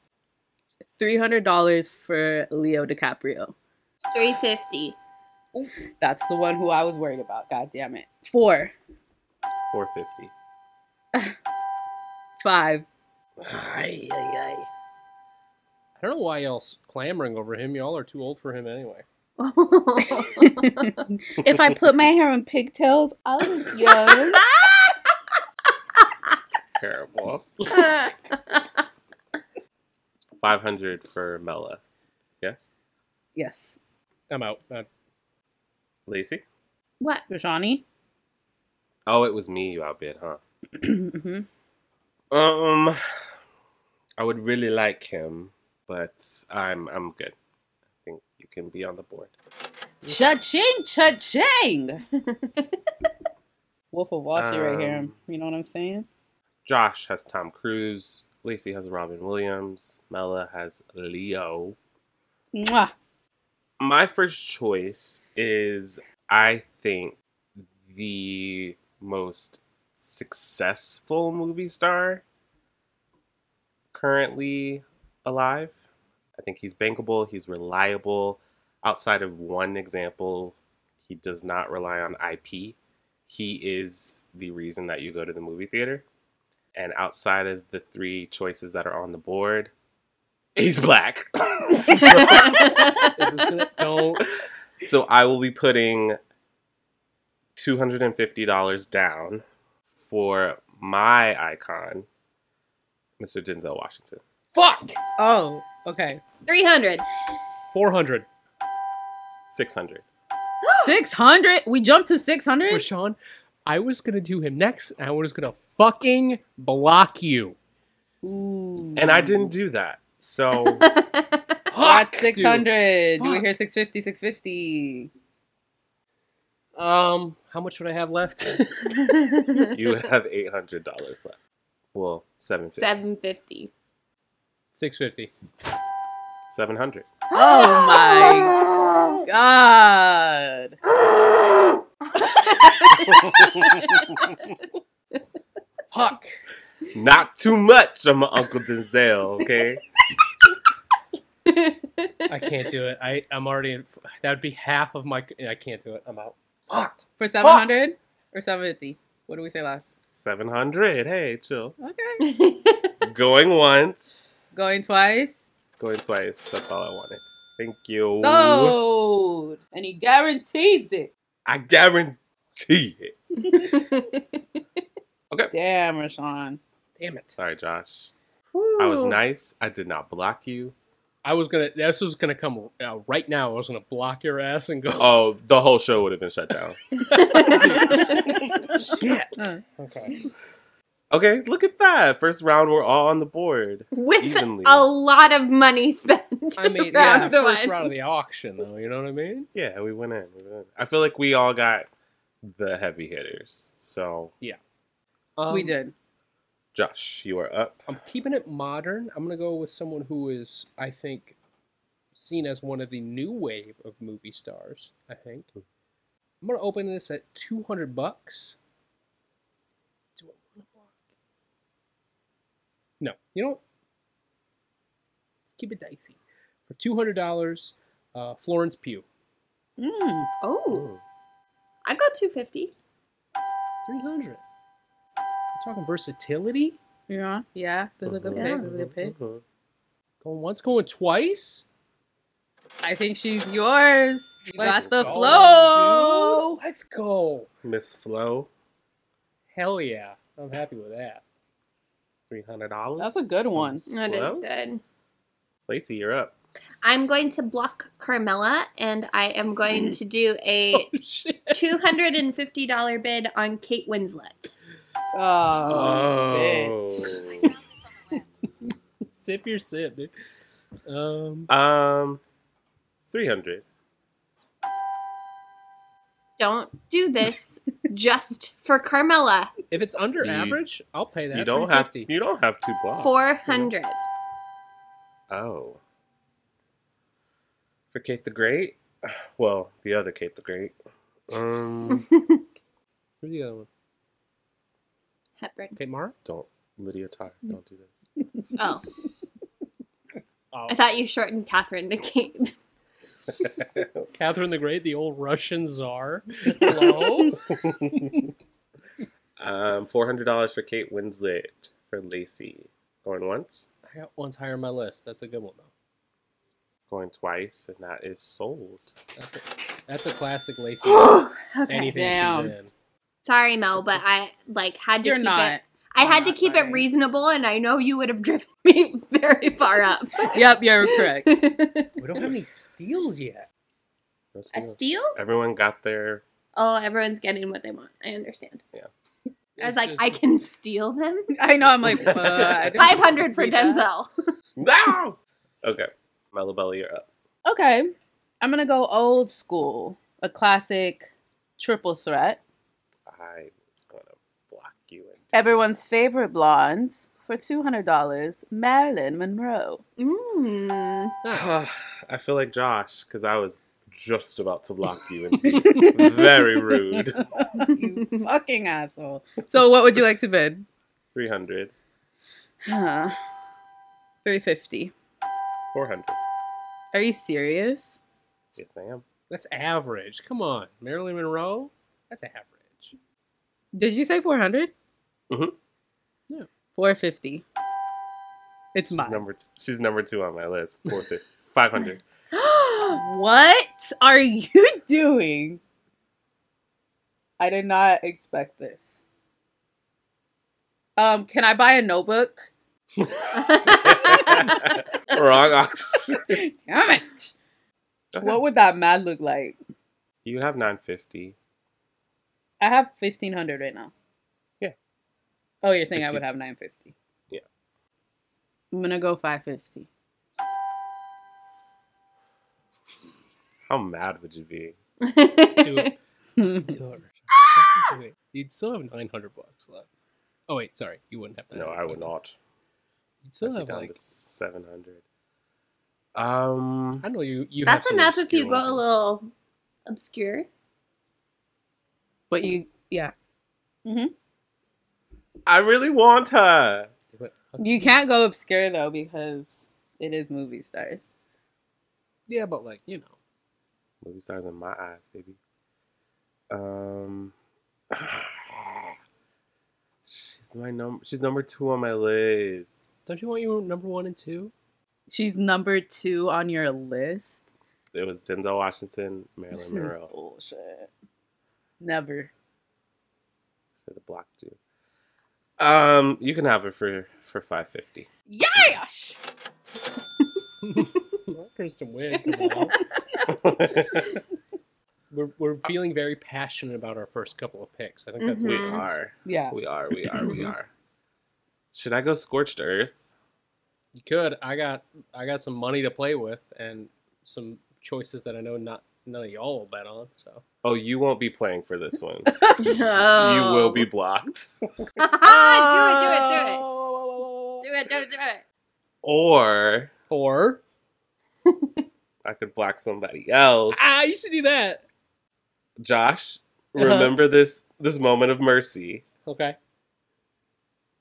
Speaker 2: three hundred dollars for Leo DiCaprio.
Speaker 4: *laughs*
Speaker 5: 350.
Speaker 2: That's the one who I was worried about. God damn it. Four,
Speaker 3: Four fifty.
Speaker 2: five.
Speaker 4: I don't know why y'all's clamoring over him. Y'all are too old for him anyway.
Speaker 2: if I put my hair in pigtails, I'll look young.
Speaker 3: Terrible. Five hundred for Mela. Yes,
Speaker 2: yes,
Speaker 4: I'm out. Uh,
Speaker 3: Lacey.
Speaker 5: what?
Speaker 2: *clears throat* Johnny.
Speaker 3: Oh, it was me you outbid, huh?
Speaker 2: Mhm.
Speaker 3: Um, I would really like him, but I'm I'm good. I think you can be on the board.
Speaker 2: Cha-ching, cha-ching. Wolf of Wall Street right here.
Speaker 3: Um,
Speaker 2: You know what I'm saying?
Speaker 3: Josh has Tom Cruise. Lacey has Robin Williams. Mela has Leo.
Speaker 2: Mwah.
Speaker 3: my first choice is I think the most successful movie star currently alive. I think he's bankable, he's reliable. Outside of one example, he does not rely on IP. He is the reason that you go to the movie theater. And outside of the three choices that are on the board, he's black. *laughs* So-
Speaker 4: this is
Speaker 5: *laughs*
Speaker 4: gonna, don't.
Speaker 3: so I will be putting two hundred and fifty dollars down for my icon, Mr. Denzel Washington.
Speaker 4: Fuck!
Speaker 2: Oh, okay.
Speaker 4: *laughs*
Speaker 5: 300.
Speaker 4: 400.
Speaker 3: Six hundred.
Speaker 2: Six hundred. We jumped to six
Speaker 4: Well,
Speaker 2: hundred.
Speaker 4: Sean, I was gonna do him next, and I was gonna fucking block you.
Speaker 3: And I didn't do that.
Speaker 5: *laughs*
Speaker 3: So
Speaker 2: That's
Speaker 4: Fuck,
Speaker 2: six hundred. Do we
Speaker 4: Fuck.
Speaker 2: hear 650,
Speaker 4: dude.
Speaker 2: 650?
Speaker 4: Um, how much would I have left? *laughs*
Speaker 3: you have eight hundred dollars left. Well, seven fifty.
Speaker 5: 750.
Speaker 4: Six fifty.
Speaker 3: Seven hundred.
Speaker 2: Oh my god.
Speaker 4: Fuck.
Speaker 3: Not too much on my Uncle Denzel, okay?
Speaker 4: I can't do it. I I'm already in. That would be half of my. I can't do it. I'm out. Fuck.
Speaker 2: For 700 or 750? What did we say last?
Speaker 3: Seven hundred. Hey, chill.
Speaker 2: Okay.
Speaker 3: Going once.
Speaker 2: Going twice.
Speaker 3: Going twice. That's all I wanted. Thank you.
Speaker 2: Sold. And he guarantees it.
Speaker 3: I guarantee it.
Speaker 2: Damn, *laughs* Rashawn.
Speaker 4: Damn it.
Speaker 3: Sorry, Josh. I was nice. I did not block you.
Speaker 4: I was gonna. This was gonna come uh, right now. I was gonna block your ass and go.
Speaker 3: Oh, the whole show would have been shut down.
Speaker 4: Okay.
Speaker 3: okay, look at that. First round, we're all on the board.
Speaker 5: With
Speaker 3: Evenly.
Speaker 5: a lot of money spent. *laughs*
Speaker 4: I mean, yeah,
Speaker 5: round
Speaker 4: first
Speaker 5: one.
Speaker 4: round of the auction, though. You know what I mean?
Speaker 3: Yeah, we went in. We went in. I feel like we all got the heavy hitters. So,
Speaker 4: Um,
Speaker 2: we did.
Speaker 3: Josh, you are up.
Speaker 4: I'm keeping it modern. I'm gonna go with someone who is, I think, seen as one of the new wave of movie stars. I think. I'm gonna open this at 200 bucks. Do I wanna block? No, you know. what? Let's keep it dicey. For 200 dollars, uh, Florence Pugh.
Speaker 2: Mm.
Speaker 5: Oh, I got 250.
Speaker 4: 300. We're talking versatility.
Speaker 2: Yeah, yeah. That's a good
Speaker 5: Yeah.
Speaker 2: pick. That's a good pick.
Speaker 3: Mm-hmm.
Speaker 4: Going once, going twice.
Speaker 2: I think she's yours. You
Speaker 4: Let's
Speaker 2: got the
Speaker 4: go,
Speaker 2: flow.
Speaker 4: dude. Let's go.
Speaker 3: Miss Flo,
Speaker 4: Hell yeah. I'm happy
Speaker 5: *laughs*
Speaker 4: with that.
Speaker 3: $300.
Speaker 2: That's a good one.
Speaker 5: That is
Speaker 3: Hello?
Speaker 5: good.
Speaker 3: Lacey, you're up.
Speaker 5: I'm going to block Carmela and I am going to do a
Speaker 4: Oh, shit.
Speaker 5: $250 bid on Kate Winslet.
Speaker 2: Oh, bitch.
Speaker 4: Sip your sip, dude. Um,
Speaker 3: Um, 300.
Speaker 5: Don't do this just for Carmela.
Speaker 4: if it's under
Speaker 3: You-
Speaker 4: average, I'll pay that.
Speaker 3: you don't have
Speaker 4: $350.
Speaker 3: you don't have two blocks.
Speaker 5: 400.
Speaker 3: Oh. For Kate the Great? *sighs* Well, the other Kate the Great. Um,
Speaker 4: Who's the other one?
Speaker 5: Hepburn.
Speaker 4: Kate Mara?
Speaker 3: don't Lydia Tarr, don't do this.
Speaker 5: Oh,
Speaker 4: Oh.
Speaker 5: I thought you shortened Catherine to Kate.
Speaker 4: Catherine the Great, the old Russian
Speaker 5: *laughs*
Speaker 4: czar. Hello?
Speaker 3: *laughs* Um, four hundred dollars for Kate Winslet for Lacey. Going once,
Speaker 4: I got one's higher on my list. That's a good one, though.
Speaker 3: going twice, and that is sold.
Speaker 4: That's a, that's a classic
Speaker 5: *gasps*
Speaker 4: Lacey.
Speaker 5: okay.
Speaker 4: Anything
Speaker 2: Damn.
Speaker 4: she's in.
Speaker 5: Sorry, Mel, but I like had to
Speaker 2: You're
Speaker 5: keep
Speaker 2: not.
Speaker 5: it. I
Speaker 2: I'm
Speaker 5: had to
Speaker 2: not
Speaker 5: keep
Speaker 2: sorry.
Speaker 5: it reasonable, and I know you would have *laughs* driven me very far up.
Speaker 2: Yep, you're correct.
Speaker 4: We don't have any steals yet.
Speaker 3: Let's
Speaker 5: A
Speaker 3: do it.
Speaker 5: steal?
Speaker 3: Everyone got their
Speaker 5: Oh, everyone's getting what they want. I understand. I was
Speaker 4: It's
Speaker 5: like,
Speaker 4: just-
Speaker 5: I can steal them.
Speaker 2: *laughs* I know. I'm like uh, I didn't
Speaker 5: Five hundred for
Speaker 2: see that.
Speaker 5: Denzel.
Speaker 3: no. Okay, Malabella, you're up.
Speaker 2: Okay, I'm gonna go old school, a classic triple threat.
Speaker 3: I was gonna block you. And
Speaker 2: Everyone's favorite blonde for two hundred dollars, Marilyn Monroe.
Speaker 5: Mm. *laughs*
Speaker 3: I feel like Josh because I was just about to block you and be very rude.
Speaker 2: Fucking asshole. So, what would you like to bid?
Speaker 3: Three hundred.
Speaker 2: Huh. *sighs* Three fifty.
Speaker 3: 400.
Speaker 2: Are you serious?
Speaker 3: Yes, I am.
Speaker 4: That's average. Come on. Marilyn Monroe? That's
Speaker 5: *laughs*
Speaker 4: average.
Speaker 2: Did you say four hundred?
Speaker 3: Mhm.
Speaker 4: Yeah.
Speaker 2: Four fifty. It's
Speaker 3: She's
Speaker 2: mine.
Speaker 3: number, t- she's number two on my list. *laughs* 450. 500.
Speaker 2: *gasps* what are you *laughs* doing? I did not expect this. Um, can I buy a
Speaker 3: *laughs*
Speaker 2: notebook?
Speaker 5: Hmm. *laughs*
Speaker 3: Wrong option.
Speaker 2: Damn it!
Speaker 3: Okay.
Speaker 2: What would that mad look like?
Speaker 3: You have 950.
Speaker 2: I have fifteen hundred right now.
Speaker 3: Yeah.
Speaker 2: Oh, you're saying I
Speaker 3: If
Speaker 2: would
Speaker 3: you-
Speaker 2: have nine fifty.
Speaker 3: Yeah.
Speaker 2: I'm gonna go five fifty. *laughs*
Speaker 3: How mad would you be?
Speaker 4: Do it. Do it. Fucking do it. You'd still have 900 bucks left. Oh, wait. Sorry. You wouldn't have that.
Speaker 3: No, I would not.
Speaker 4: You'd still
Speaker 3: I'd be
Speaker 4: have,
Speaker 3: down
Speaker 4: like,
Speaker 3: to 700. Um,
Speaker 4: I know you. you have
Speaker 5: That's
Speaker 4: some
Speaker 5: enough if you
Speaker 4: obscure
Speaker 5: go a
Speaker 4: ones.
Speaker 5: little obscure. *laughs*
Speaker 2: But you, yeah,
Speaker 3: I really want her.
Speaker 4: Do it. Okay.
Speaker 2: you can't go obscure though because it is movie stars.
Speaker 4: Yeah, but, like, you know.
Speaker 3: Movie stars in my eyes, baby. Um, *sighs* she's my number. She's number two on my list.
Speaker 4: Don't you want your number one and two? *laughs*
Speaker 2: She's number two on your list.
Speaker 3: It was Denzel Washington,
Speaker 2: This *laughs*
Speaker 3: Marilyn
Speaker 2: is
Speaker 3: Monroe.
Speaker 2: bullshit. Never.
Speaker 3: Should have blocked you. Um, you can have it for for five fifty. *laughs*
Speaker 2: Yes!
Speaker 4: Kristen Wiig. come
Speaker 5: *laughs*
Speaker 4: on. we're, we're feeling very passionate about our first couple of picks. I think that's
Speaker 3: we
Speaker 5: Mhm.
Speaker 3: are,
Speaker 2: Yeah.
Speaker 3: we are, we are,
Speaker 4: *laughs*
Speaker 3: we are. Should I go scorched earth?
Speaker 4: You could. I got I got some money to play with and some choices that I know not none of y'all will bet on. So
Speaker 3: oh, you won't be playing for this
Speaker 4: *laughs*
Speaker 3: one. *laughs* You
Speaker 5: No.
Speaker 3: will
Speaker 4: Oh.
Speaker 5: *laughs*
Speaker 3: be blocked.
Speaker 5: do it,
Speaker 3: Oh.
Speaker 5: do it, do it. Do it, do it, do it.
Speaker 3: Or
Speaker 4: Or
Speaker 3: I could block somebody else.
Speaker 4: ah, you should do that.
Speaker 3: Josh,
Speaker 4: Uh-huh.
Speaker 3: remember this this moment of mercy.
Speaker 4: Okay.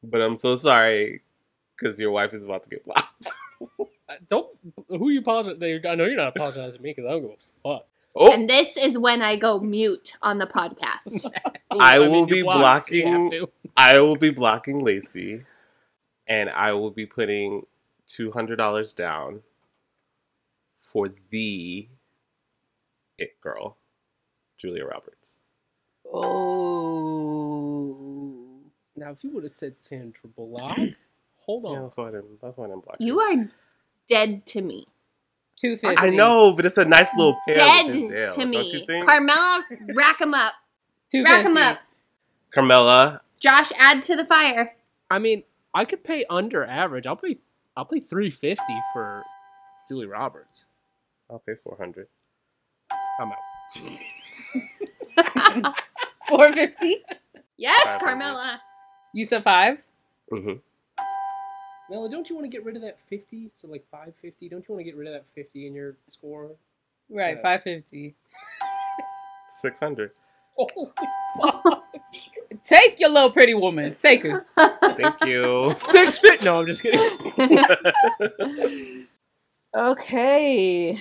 Speaker 3: But I'm so sorry because your wife is about to get blocked.
Speaker 4: Uh, don't. Who you apologize? I know you're not apologizing to me because I don't give a fuck.
Speaker 3: Oh,
Speaker 5: And this is when I go mute on the podcast.
Speaker 3: *laughs* I
Speaker 4: mean,
Speaker 3: will
Speaker 4: you're
Speaker 3: be
Speaker 4: blocked, so you
Speaker 3: blocking-
Speaker 4: have to.
Speaker 3: I will be blocking Lacey, and I will be putting two hundred dollars down for the it girl, Julia Roberts.
Speaker 2: Oh.
Speaker 4: Now, if you would have said Sandra Bullock, *clears throat* hold
Speaker 3: Yeah,
Speaker 4: on.
Speaker 3: that's why I didn't. That's why I didn't block
Speaker 5: You are dead to me.
Speaker 2: 250.
Speaker 3: I know, but it's a nice little pair.
Speaker 5: dead
Speaker 3: with this tail,
Speaker 5: to
Speaker 3: Don't you
Speaker 5: me.
Speaker 3: think?
Speaker 5: Carmela, rack them up.
Speaker 2: 250.
Speaker 5: Rack them up.
Speaker 3: Carmella,
Speaker 5: Josh, add to the fire.
Speaker 4: I mean, I could pay under average. I'll pay. I'll pay three fifty for Julie Roberts.
Speaker 3: I'll pay four hundred.
Speaker 4: I'm out.
Speaker 2: 450.
Speaker 5: Yes,
Speaker 3: Five
Speaker 5: Carmela.
Speaker 2: You said five?
Speaker 3: Mm-hmm.
Speaker 4: Mela, don't you want to get rid of that fifty? So like five fifty. Don't you want to get rid of that fifty in your *laughs* score?
Speaker 2: Right,
Speaker 4: Yeah.
Speaker 2: 550.
Speaker 3: Six
Speaker 5: *laughs*
Speaker 3: hundred.
Speaker 4: Oh,
Speaker 2: Take your little pretty woman.
Speaker 5: *laughs*
Speaker 2: Take her.
Speaker 3: *laughs* Thank you.
Speaker 4: six fifty. No, I'm just kidding.
Speaker 2: Okay.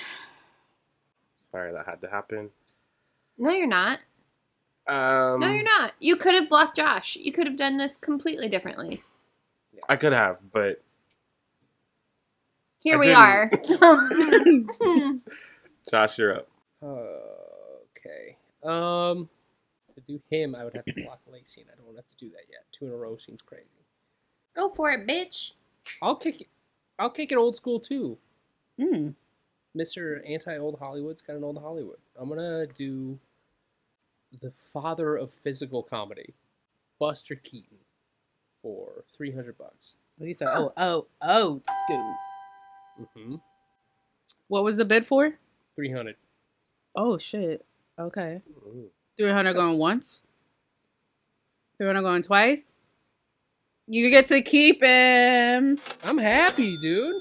Speaker 3: Sorry that had to happen.
Speaker 5: no, you're not.
Speaker 3: Um,
Speaker 5: No, you're not. You could have blocked Josh. You could have done this completely differently.
Speaker 3: I could have, but
Speaker 5: Here
Speaker 3: I
Speaker 5: we
Speaker 3: *laughs*
Speaker 5: are. *laughs*
Speaker 3: Josh, you're up.
Speaker 4: Okay. Um, to do him, I would have to block Lacey, and I don't want to have to do that yet. Two in a row seems crazy.
Speaker 5: Go for it, bitch.
Speaker 4: I'll kick it. I'll kick it old school too.
Speaker 2: Mm.
Speaker 4: Mr. Anti Old Hollywood's got an old Hollywood. I'm gonna do the father of physical comedy, Buster Keaton, for three hundred bucks.
Speaker 2: You said, oh, oh, oh, scoot.
Speaker 4: Mm-hmm.
Speaker 2: What was the bid for?
Speaker 4: Three hundred.
Speaker 2: Oh, shit. Okay.
Speaker 3: Ooh.
Speaker 2: 300 going once. 300 going twice. You get to keep him.
Speaker 4: I'm happy, dude.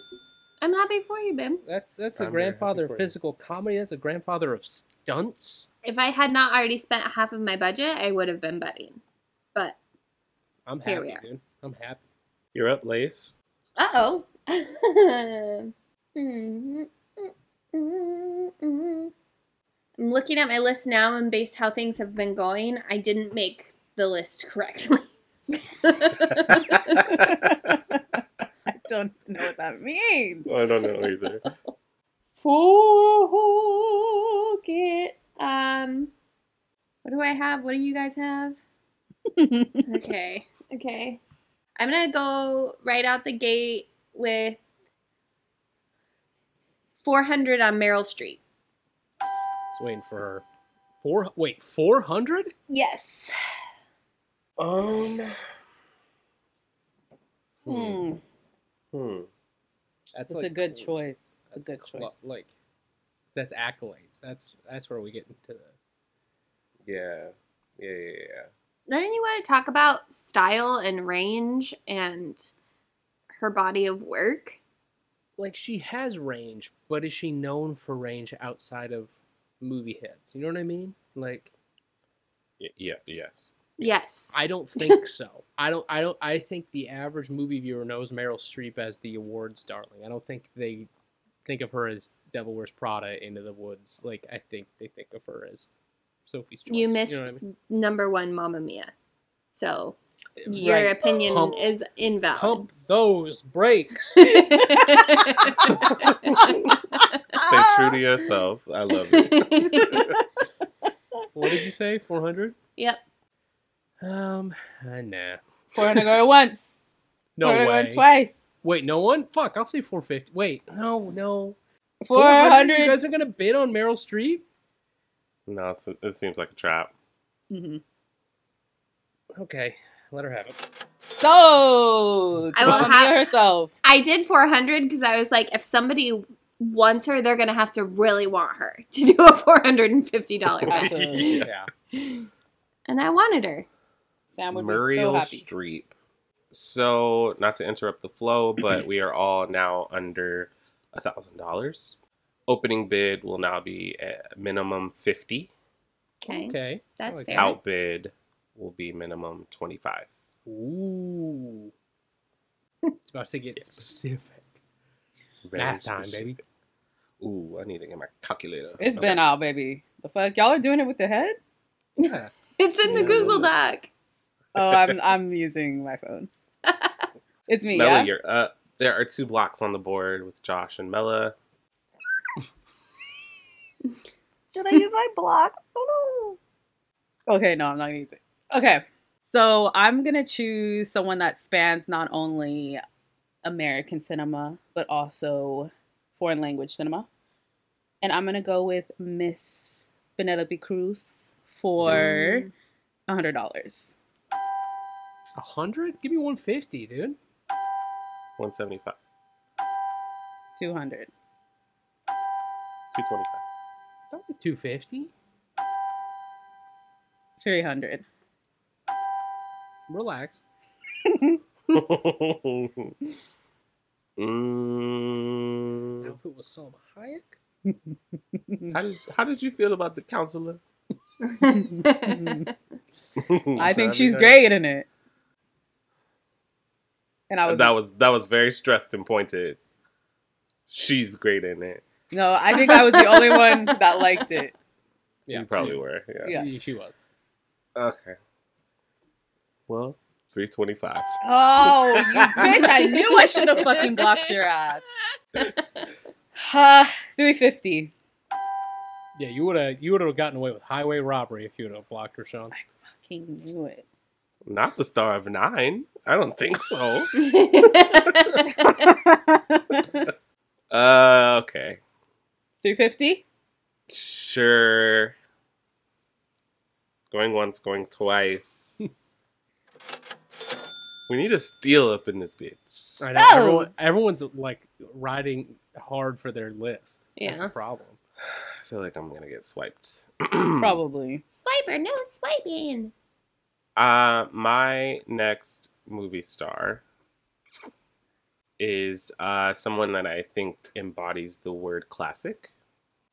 Speaker 5: I'm happy for you, Bim.
Speaker 4: That's that's the
Speaker 3: I'm very happy
Speaker 4: grandfather
Speaker 3: for
Speaker 4: of
Speaker 3: you.
Speaker 4: physical comedy. That's the grandfather of stunts.
Speaker 5: If I had not already spent half of my budget, I would have been betting. But
Speaker 4: I'm
Speaker 5: Here we
Speaker 4: happy, dude. I'm happy.
Speaker 3: You're up,
Speaker 5: *laughs*
Speaker 3: Lace. *laughs*
Speaker 5: uh oh. I'm looking at my list now, and based how things have been going, I didn't make the list *laughs* correctly.
Speaker 3: Oh,
Speaker 2: I don't know what that *laughs* means.
Speaker 3: I don't know either.
Speaker 5: Forget. Um, what do I have? What do you guys have? okay. Okay. I'm gonna go right out the gate with 400 on Meryl Street.
Speaker 4: Just waiting for her. Four. Wait, four hundred?
Speaker 5: Yes.
Speaker 3: Um. Hmm.
Speaker 2: Hmm.
Speaker 3: Hmm.
Speaker 4: That's
Speaker 2: It's
Speaker 4: like
Speaker 2: a good
Speaker 4: cl-
Speaker 2: choice.
Speaker 4: That's
Speaker 2: It's a good
Speaker 4: cl-
Speaker 2: choice.
Speaker 4: Like, that's accolades. That's that's where we get into the.
Speaker 3: Yeah. Yeah. Yeah. Yeah.
Speaker 5: Then you want to talk about style and range and her body of work.
Speaker 4: like she has range, but is she known for range outside of movie hits? You know what I mean? Like
Speaker 3: Y- Yeah. Yes.
Speaker 5: Yes.
Speaker 4: I
Speaker 2: *laughs*
Speaker 4: don't think so. I don't I don't I think the average movie viewer knows Meryl Streep as the awards darling. I don't think they think of her as Devil Wears Prada into the woods. Like I think they think of her as Sophie's Choice.
Speaker 5: You
Speaker 4: know
Speaker 5: missed
Speaker 4: what I mean?
Speaker 5: number one, Mamma Mia. So
Speaker 4: Right.
Speaker 5: your opinion
Speaker 4: Pump-
Speaker 5: is invalid.
Speaker 4: Pump those brakes.
Speaker 3: Stay
Speaker 2: Ah!
Speaker 3: true to yourself. I love
Speaker 2: *laughs*
Speaker 3: you.
Speaker 4: what did you say? Four hundred?
Speaker 5: *laughs* yep.
Speaker 4: Um, uh, nah.
Speaker 2: 400 going once.
Speaker 4: No
Speaker 2: 400
Speaker 4: way.
Speaker 2: going twice.
Speaker 4: Wait, no one? Fuck, I'll say 450. Wait, no, no.
Speaker 2: 400.
Speaker 4: You guys are going to bid on Meryl Streep?
Speaker 3: No, it's, it seems like a
Speaker 2: *laughs*
Speaker 3: trap.
Speaker 2: Mhm.
Speaker 4: Okay, let her have it.
Speaker 2: So,
Speaker 5: I will
Speaker 2: Columbia
Speaker 5: have-
Speaker 2: herself.
Speaker 5: I did 400 because I was like, if somebody wants her, they're gonna have to really want her *laughs* to do a four hundred and fifty dollar bid.
Speaker 3: *laughs*
Speaker 2: Absolutely.
Speaker 4: *laughs* Yeah.
Speaker 5: And I wanted her.
Speaker 2: Sam would
Speaker 3: Muriel
Speaker 2: be so happy.
Speaker 3: Streep. So, not to interrupt the flow, but we are all now under a thousand dollars. Opening bid will now be a minimum fifty.
Speaker 5: Okay,
Speaker 4: Okay.
Speaker 5: that's
Speaker 4: like
Speaker 5: fair.
Speaker 4: that.
Speaker 3: Outbid will be minimum twenty-five.
Speaker 4: Ooh. it's about to get specific.
Speaker 3: Very
Speaker 4: Math time,
Speaker 3: specific.
Speaker 4: baby.
Speaker 3: Ooh, I need to get my calculator.
Speaker 2: It's
Speaker 3: It's
Speaker 2: been out, baby. The fuck, y'all are doing it with the head?
Speaker 4: Yeah.
Speaker 5: *laughs* It's in the
Speaker 3: Yeah,
Speaker 5: Google
Speaker 3: yeah.
Speaker 5: Doc.
Speaker 2: Oh,
Speaker 4: *laughs*
Speaker 2: I'm I'm using my phone. It's me.
Speaker 3: Mela,
Speaker 2: Yeah?
Speaker 3: you're up. There are two blocks on the board with Josh and Mela.
Speaker 2: Did I use my block? Oh no. Okay, no, I'm not gonna use it. Okay. So I'm gonna choose someone that spans not only American cinema, but also foreign language cinema. And I'm gonna go with Miss Penelope Cruz for a hundred dollars.
Speaker 4: A hundred? Give me one fifty, dude.
Speaker 3: One seventy-five,
Speaker 2: Two hundred.
Speaker 3: two twenty-five,
Speaker 4: Don't be two fifty.
Speaker 2: Three hundred.
Speaker 4: Relax.
Speaker 3: *laughs* mm,
Speaker 4: If it was Selma Hayek.
Speaker 3: how, did, how did you feel about the counselor?
Speaker 2: *laughs* I think
Speaker 3: So,
Speaker 2: she's
Speaker 3: mean,
Speaker 2: great in it. And I was,
Speaker 3: that was that was very stressed and pointed. She's great in it.
Speaker 2: no, I think I was the only one that liked it.
Speaker 4: Yeah.
Speaker 3: You probably were. Yeah.
Speaker 2: Yeah.
Speaker 4: She was.
Speaker 3: Okay. Well, three twenty-five.
Speaker 2: Oh, *laughs* you bitch! I knew I should have fucking blocked your *laughs* ass. *sighs* Ha, three fifty.
Speaker 4: Yeah, you would have you would have gotten away with highway robbery if you would have blocked her, Sean.
Speaker 2: Fucking knew it.
Speaker 3: Not the star of nine. I don't think
Speaker 2: *laughs*
Speaker 3: so. Uh, okay.
Speaker 2: Three fifty.
Speaker 3: Sure. Going once, going twice. we need a steal up in this bitch.
Speaker 4: I know,
Speaker 2: Oh.
Speaker 4: everyone, everyone's like riding hard for their list. That's
Speaker 5: Yeah.
Speaker 4: the problem.
Speaker 3: I feel like I'm gonna get swiped. *clears throat*
Speaker 2: Probably.
Speaker 5: *laughs* Swiper, no swiping.
Speaker 3: Uh, my next movie star is uh, someone that I think embodies the word classic.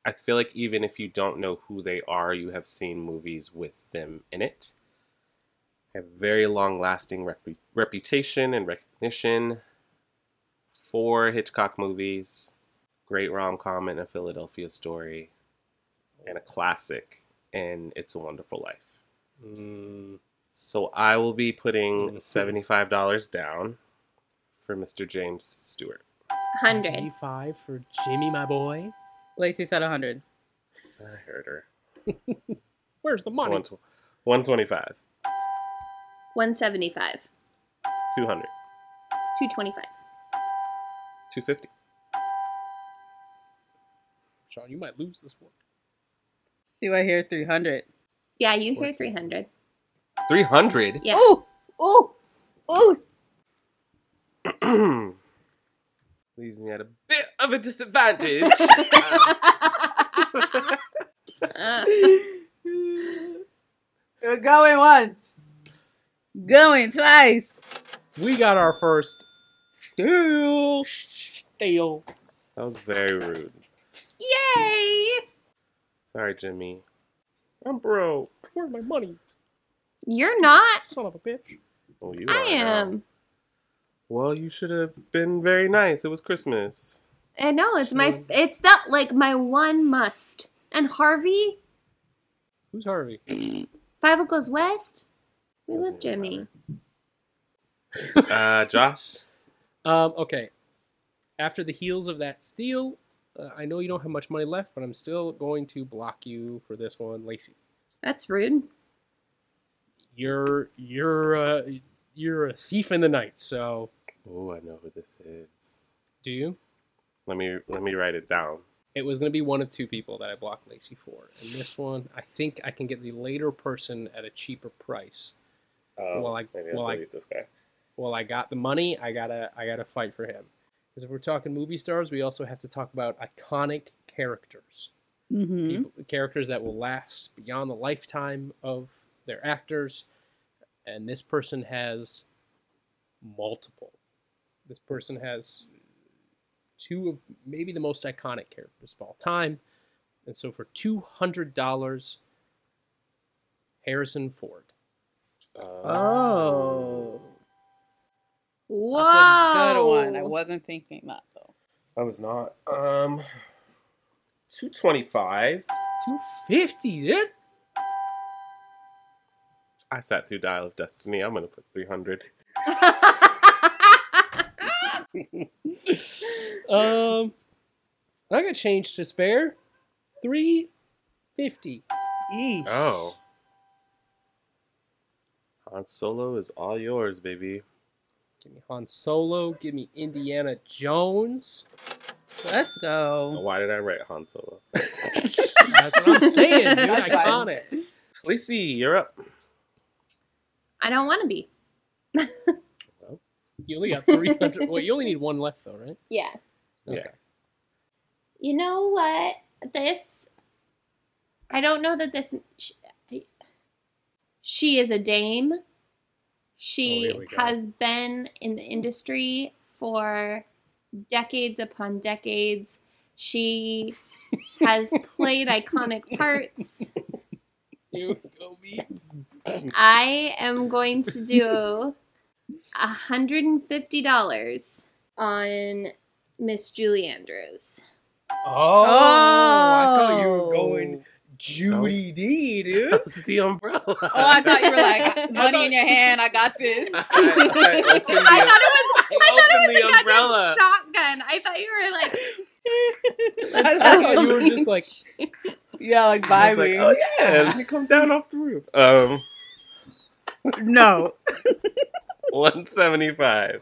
Speaker 3: I feel like even if you don't know who they are, you have seen movies with them in it. Have very long lasting repu- reputation and recognition. Four Hitchcock movies, great rom com and a Philadelphia story, and a classic in It's a Wonderful Life.
Speaker 4: Mm,
Speaker 3: So I will be putting
Speaker 4: Mhm.
Speaker 3: $75 down for Mr. James Stewart.
Speaker 5: Hundred.
Speaker 4: 75 for Jimmy, my boy.
Speaker 2: Lacey said hundred.
Speaker 3: I heard her.
Speaker 4: Where's the money?
Speaker 3: One tw- 125,
Speaker 5: One seventy five.
Speaker 3: 200,
Speaker 5: Two twenty five.
Speaker 3: 250.
Speaker 4: Sean, you might lose this one.
Speaker 2: Do I hear three hundred?
Speaker 5: Yeah, you hear three hundred.
Speaker 3: 300?
Speaker 5: Yeah.
Speaker 2: Oh, oh, oh.
Speaker 3: *clears throat* Leaves me at a bit of a
Speaker 5: *laughs*
Speaker 3: disadvantage.
Speaker 5: Uh,
Speaker 2: Going once. Going twice.
Speaker 4: We got our first
Speaker 2: Still.
Speaker 4: steal.
Speaker 3: that was very rude.
Speaker 5: Yay!
Speaker 3: Sorry, Jimmy. I'm broke.
Speaker 4: Where's my money?
Speaker 5: You're not.
Speaker 4: Son of a bitch.
Speaker 3: Well, you
Speaker 5: I
Speaker 3: are now.
Speaker 5: am.
Speaker 3: Well, you should have been very nice. It
Speaker 5: *laughs*
Speaker 3: was Christmas.
Speaker 5: I know it's my.
Speaker 4: Sure.
Speaker 5: It's that like my one must. And Harvey,
Speaker 4: Who's Harvey?
Speaker 5: Five It Goes West. We
Speaker 3: Doesn't
Speaker 5: love Jimmy.
Speaker 3: Uh, Josh?
Speaker 4: Um, okay. After the heels of that steal, uh, I know you don't have much money left, but I'm still going to block you for this one, Lacey.
Speaker 5: That's rude.
Speaker 4: You're you're uh, you're a thief in the night. So
Speaker 3: Oh, I know who this is.
Speaker 4: do you?
Speaker 3: Let me let me write it down.
Speaker 4: It was going to be one of two people that I blocked Lacey for. And this one, I think I can get the later person at a cheaper price.
Speaker 3: Um,
Speaker 4: Well, I-
Speaker 3: maybe I'll
Speaker 4: well, I-
Speaker 3: delete this guy.
Speaker 4: Well, I got the money. I gotta I gotta fight for him. Because if we're talking movie stars, we also have to talk about iconic characters.
Speaker 2: Mm-hmm.
Speaker 4: People, characters that will last beyond the lifetime of their actors. And this person has multiple. This person has two of maybe the most iconic characters of all time. And so for $200, Harrison Ford.
Speaker 3: Um,
Speaker 4: Ah.
Speaker 2: Oh.
Speaker 5: Whoa.
Speaker 2: That's a good one. I wasn't thinking that though.
Speaker 3: I was not. Um, two twenty-five.
Speaker 4: 250 dude? *laughs*
Speaker 3: I sat through Dial of Destiny. I'm gonna put three hundred.
Speaker 4: Um, I got change to spare. Three fifty.
Speaker 2: Eesh.
Speaker 3: Oh. Han Solo is all yours, baby.
Speaker 4: Give me Han Solo. Give me Indiana Jones.
Speaker 2: Let's go.
Speaker 3: Why did I write Han Solo? *laughs*
Speaker 4: That's what I'm saying, dude.
Speaker 2: That's fine.
Speaker 4: Iconic.
Speaker 3: Lacey, you're up.
Speaker 5: *laughs*
Speaker 3: *laughs*
Speaker 5: I don't want to be.
Speaker 4: You only got three hundred. Well, you only need one left, though, right?
Speaker 5: Yeah.
Speaker 3: Yeah.
Speaker 5: You know what? This. I don't know that this. She, she is a dame. She
Speaker 4: Oh, here we go.
Speaker 5: has been in the industry for decades upon decades. She has played iconic parts.
Speaker 4: You go, me.
Speaker 5: I am going to do $150 on Miss Julie Andrews.
Speaker 4: Oh, I thought you were going
Speaker 3: Judy
Speaker 4: D, *laughs* dude.
Speaker 3: That's the umbrella.
Speaker 2: Oh, I thought you were *laughs* like money in your hand. I got this.
Speaker 3: *laughs* I,
Speaker 5: I thought
Speaker 3: I
Speaker 5: it
Speaker 3: opened the-
Speaker 4: *laughs*
Speaker 5: was
Speaker 3: I
Speaker 5: I thought
Speaker 3: opened
Speaker 5: it was a
Speaker 3: the
Speaker 5: goddamn
Speaker 3: umbrella.
Speaker 5: shotgun. I thought you were like
Speaker 4: I, *laughs* I thought you were
Speaker 5: *laughs*
Speaker 4: just like
Speaker 2: yeah, like
Speaker 3: I was like, oh yeah, let me come down off the roof. Um, *laughs*
Speaker 2: "Oh." No,
Speaker 3: one seventy-five.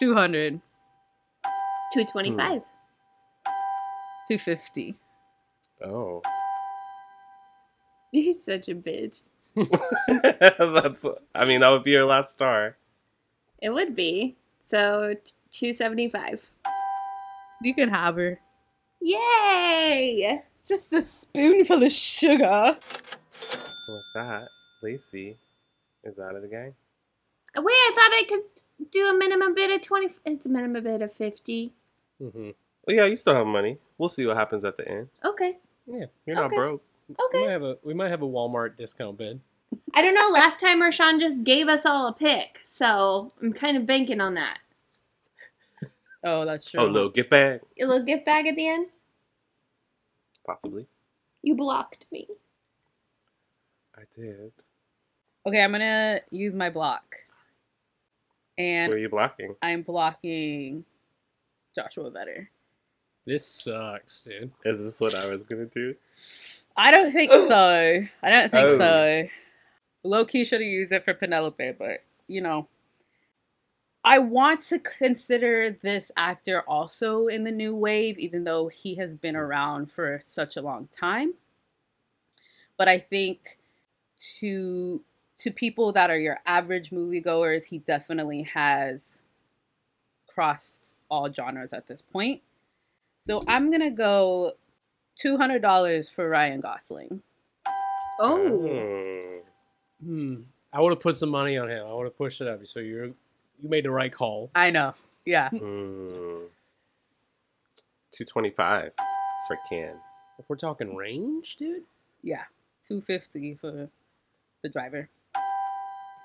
Speaker 2: two hundred,
Speaker 5: 225.
Speaker 4: "Hmm."
Speaker 2: two fifty.
Speaker 3: Oh, *laughs*
Speaker 5: You're such a bitch.
Speaker 3: that's. I mean, that would be your last star.
Speaker 5: It would be. So t- 275.
Speaker 2: You can have her.
Speaker 5: Yay!
Speaker 2: Just a spoonful of sugar.
Speaker 3: With that, Lacey is out of the game.
Speaker 5: Wait, I thought I could do a minimum bid of 20 It's a minimum bid of 50.
Speaker 4: Mhm.
Speaker 3: Well, yeah, you still have money. We'll see what happens at the end.
Speaker 5: Okay.
Speaker 3: You're not
Speaker 5: Okay.
Speaker 3: broke.
Speaker 4: We
Speaker 5: Okay.
Speaker 4: might have a we might have a Walmart discount bid.
Speaker 5: I don't know. Last time Rashawn just gave us all a pick, so I'm kind of banking on that.
Speaker 2: Oh, that's true.
Speaker 3: Oh, little gift bag,
Speaker 5: A little gift bag at the end.
Speaker 3: possibly.
Speaker 5: You blocked me.
Speaker 3: I did.
Speaker 2: Okay, I'm gonna use my block,
Speaker 3: Who are
Speaker 2: and
Speaker 3: you blocking?
Speaker 2: I'm blocking Joshua Vetter.
Speaker 4: This sucks, dude.
Speaker 3: Is this what I was gonna do?
Speaker 2: I don't think so. I don't think
Speaker 3: Oh.
Speaker 2: so. Low key should have used it for Penelope, but you know. I want to consider this actor also in the new wave, even though he has been around for such a long time. But I think to to people that are your average moviegoers, he definitely has crossed all genres at this point. So I'm gonna go two hundred dollars for Ryan Gosling.
Speaker 5: Oh,
Speaker 4: Hmm. I would have put some money on him. I would have pushed it up. So you you made the right call.
Speaker 2: I know. Yeah.
Speaker 3: Oh. Mm. Two twenty-five for Ken.
Speaker 4: If we're talking range, dude,
Speaker 2: Yeah. Two fifty for the driver.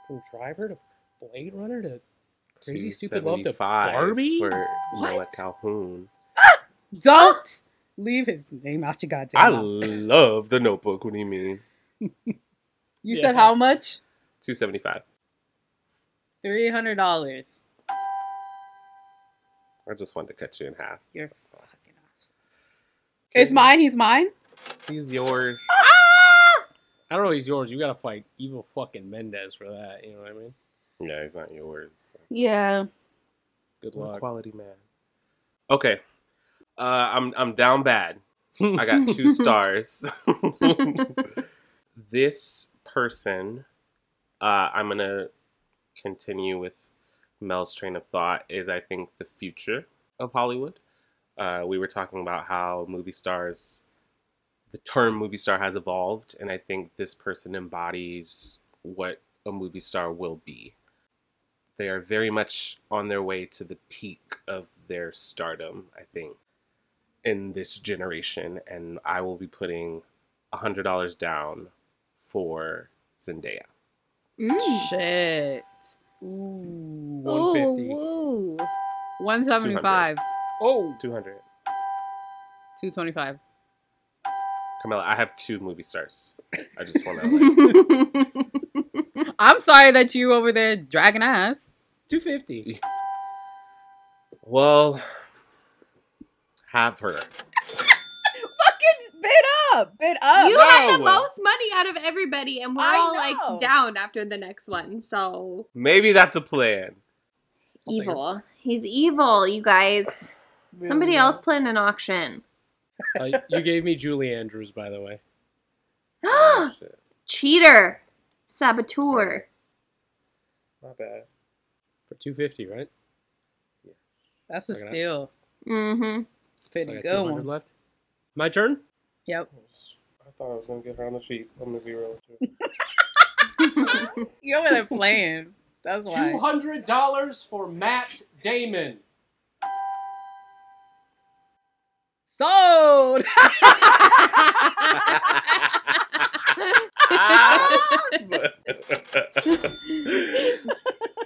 Speaker 4: from Driver to Blade Runner to Crazy Stupid Love to
Speaker 3: 275
Speaker 4: Barbie.
Speaker 3: for
Speaker 4: What?
Speaker 3: Noah Calhoun.
Speaker 2: Don't leave his name out your goddamn.
Speaker 3: I
Speaker 2: mouth.
Speaker 4: *laughs*
Speaker 3: love the Notebook. What do you mean?
Speaker 2: you
Speaker 4: Yeah.
Speaker 2: said how much?
Speaker 3: Two seventy-five.
Speaker 2: Three hundred dollars.
Speaker 3: I just wanted to cut you in half.
Speaker 2: You're fucking awesome. It's mine. He's mine.
Speaker 3: He's yours.
Speaker 4: I don't know. He's yours. You gotta fight evil fucking Mendez for that. You know what I mean?
Speaker 3: Yeah, he's not yours.
Speaker 2: Yeah.
Speaker 4: Good
Speaker 3: I'm a
Speaker 4: luck.
Speaker 3: quality man. Okay, uh, I'm I'm down bad. I got two stars. *laughs* this person, uh, I'm gonna continue with Mel's train of thought is, I think, the future of Hollywood. Uh, we were talking about how movie stars, the term movie star has evolved, and I think this person embodies what a movie star will be. They are very much on their way to the peak of their stardom, I think, in this generation, and I will be putting $100 down for Zendaya.
Speaker 5: Mm.
Speaker 2: Shit.
Speaker 4: Ooh,
Speaker 5: Ooh,
Speaker 4: 150.
Speaker 5: *laughs* woo.
Speaker 2: 175.
Speaker 4: Oh,
Speaker 3: 200.
Speaker 2: 225.
Speaker 3: Carmela, I have two movie stars. I just want to
Speaker 5: *laughs*
Speaker 3: like,
Speaker 2: I'm sorry that you over there dragging ass.
Speaker 4: 250.
Speaker 3: well, have her.
Speaker 6: Fucking bid up, bid up.
Speaker 5: you
Speaker 3: no.
Speaker 5: had the most money out of everybody, and we're
Speaker 6: I
Speaker 5: all
Speaker 6: know.
Speaker 5: like down after the next one. So
Speaker 3: Maybe that's a plan. *laughs*
Speaker 4: I'll take it.
Speaker 5: evil. He's evil, you guys. Somebody else plan an auction.
Speaker 4: Uh, you gave me Julie Andrews, by the way.
Speaker 5: *gasps*
Speaker 3: Oh, shit.
Speaker 5: Cheater, saboteur.
Speaker 3: Not bad.
Speaker 4: For 250, right?
Speaker 2: That's a
Speaker 4: Look at that.
Speaker 2: steal.
Speaker 5: Mm-hmm.
Speaker 2: It's a
Speaker 4: I
Speaker 2: pretty
Speaker 4: got
Speaker 2: good
Speaker 4: 200
Speaker 2: one.
Speaker 4: left. My turn?
Speaker 2: Yep.
Speaker 3: I thought I was gonna get her on the cheek. I'm gonna be real.
Speaker 6: *laughs*
Speaker 2: You over there playing. That's why.
Speaker 4: $200 for Matt Damon.
Speaker 6: *laughs*
Speaker 2: Sold.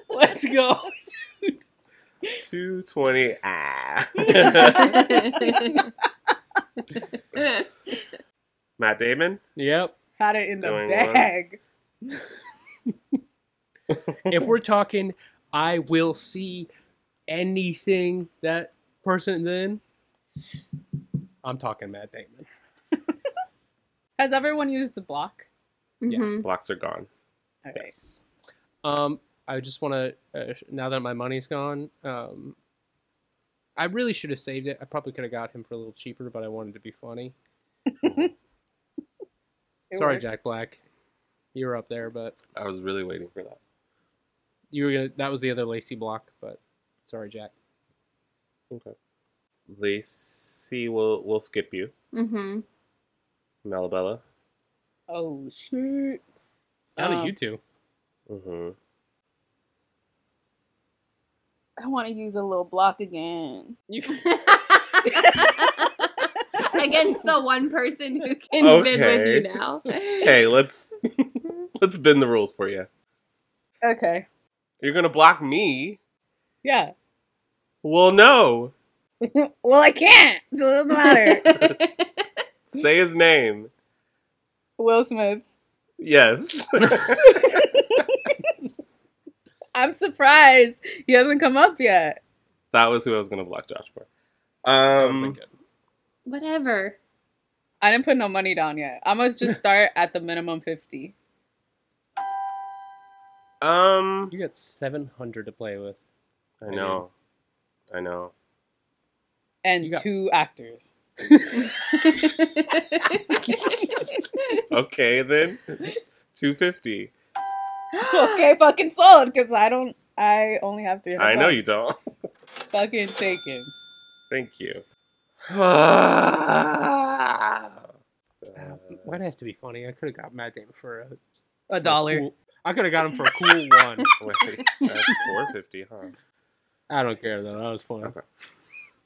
Speaker 2: Let's go.
Speaker 3: Two twenty. Ah. *laughs* Matt Damon.
Speaker 4: Yep.
Speaker 2: Had it in the
Speaker 3: going
Speaker 2: bag.
Speaker 3: once.
Speaker 4: If we're talking, I will see anything that person's in, I'm talking Matt Damon.
Speaker 2: Has everyone used the block?
Speaker 5: Mhm.
Speaker 3: Blocks are gone.
Speaker 2: All right.
Speaker 4: Um, I just want to, uh, sh- now that my money's gone, um, I really should have saved it. I probably could have got him for a little cheaper, but I wanted to be funny.
Speaker 2: It
Speaker 4: Sorry,
Speaker 2: worked.
Speaker 4: Jack Black. You were up there, but
Speaker 3: I was really waiting for that.
Speaker 4: you were gonna. That was the other Lacey block, but sorry, Jack.
Speaker 3: Lacey, we'll we'll skip you.
Speaker 5: Mhm.
Speaker 3: Melabella.
Speaker 2: Oh shit.
Speaker 4: Down
Speaker 2: Um,
Speaker 4: to you two.
Speaker 3: Mm-hmm.
Speaker 6: I want to use a little block again.
Speaker 5: *laughs* Against the one person who can bid
Speaker 3: Okay.
Speaker 5: with you now.
Speaker 3: *laughs* Hey, let's *laughs* let's bend the rules for you.
Speaker 6: *laughs* Okay.
Speaker 3: You're gonna block me?
Speaker 6: Yeah.
Speaker 3: Well, no.
Speaker 6: Well, I can't. So it doesn't *laughs* matter.
Speaker 3: Say his name.
Speaker 6: Will Smith.
Speaker 3: Yes. *laughs*
Speaker 6: I'm surprised he hasn't come up yet.
Speaker 3: that was who I was gonna block Josh for.
Speaker 4: Oh my
Speaker 3: Um,
Speaker 4: God.
Speaker 5: *laughs*
Speaker 3: *laughs*
Speaker 5: Whatever.
Speaker 6: I didn't put no money down yet. I must *laughs* just start at the minimum 50.
Speaker 3: um,
Speaker 4: you got seven hundred to play with.
Speaker 3: I know, I know.
Speaker 6: And
Speaker 4: You got-
Speaker 6: two actors.
Speaker 3: Okay, then two fifty.
Speaker 6: *laughs* okay, fucking sold. Because I don't, I only have 300.
Speaker 3: I know
Speaker 6: bucks.
Speaker 3: you don't. *laughs*
Speaker 6: Fucking take him.
Speaker 3: Thank you.
Speaker 4: Uh,
Speaker 3: *laughs*
Speaker 4: Why'd it have to be funny? I could have got Matt Damon for a,
Speaker 2: A dollar.
Speaker 4: cool- I could have got him for a
Speaker 2: *laughs*
Speaker 4: cool one.
Speaker 3: Four fifty, huh?
Speaker 4: I don't care though. That was fun.
Speaker 3: Okay.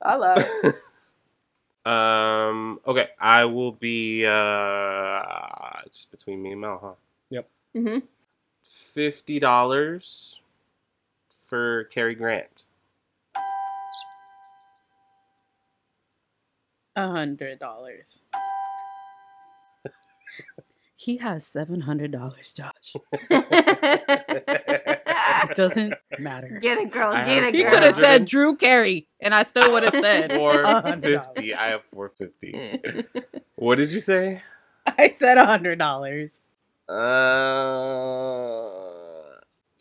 Speaker 6: I love it.
Speaker 3: Um. Okay, I will be. Uh, it's between me and Mel, huh?
Speaker 5: Mhm.
Speaker 3: Fifty dollars for Cary Grant.
Speaker 2: A hundred dollars. He has seven hundred dollars, Josh. It doesn't matter.
Speaker 5: Get it, girl.
Speaker 3: I
Speaker 5: Get
Speaker 3: have-
Speaker 5: it,
Speaker 3: He
Speaker 2: He
Speaker 5: girl.
Speaker 2: could have
Speaker 3: said
Speaker 2: said Drew Carey, and I still would have said.
Speaker 3: Four
Speaker 2: $100.
Speaker 3: fifty. I have four fifty. What did you say?
Speaker 2: I said a hundred dollars.
Speaker 3: Uh.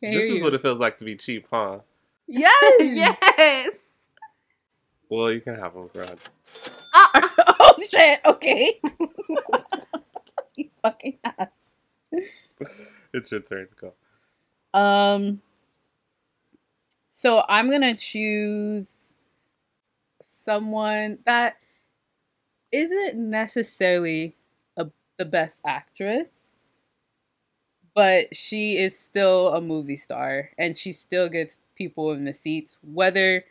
Speaker 3: This is what it feels like to be cheap, huh?
Speaker 5: *laughs*
Speaker 6: Yes.
Speaker 3: *laughs*
Speaker 5: yes.
Speaker 3: Well, you can have them for a hundred.
Speaker 6: *laughs* Oh shit. Okay. *laughs* you fucking ass.
Speaker 3: It's your turn. Go.
Speaker 2: Um. So I'm gonna choose someone that isn't necessarily a, the best actress, but she is still a movie star and she still gets people in the seats, whether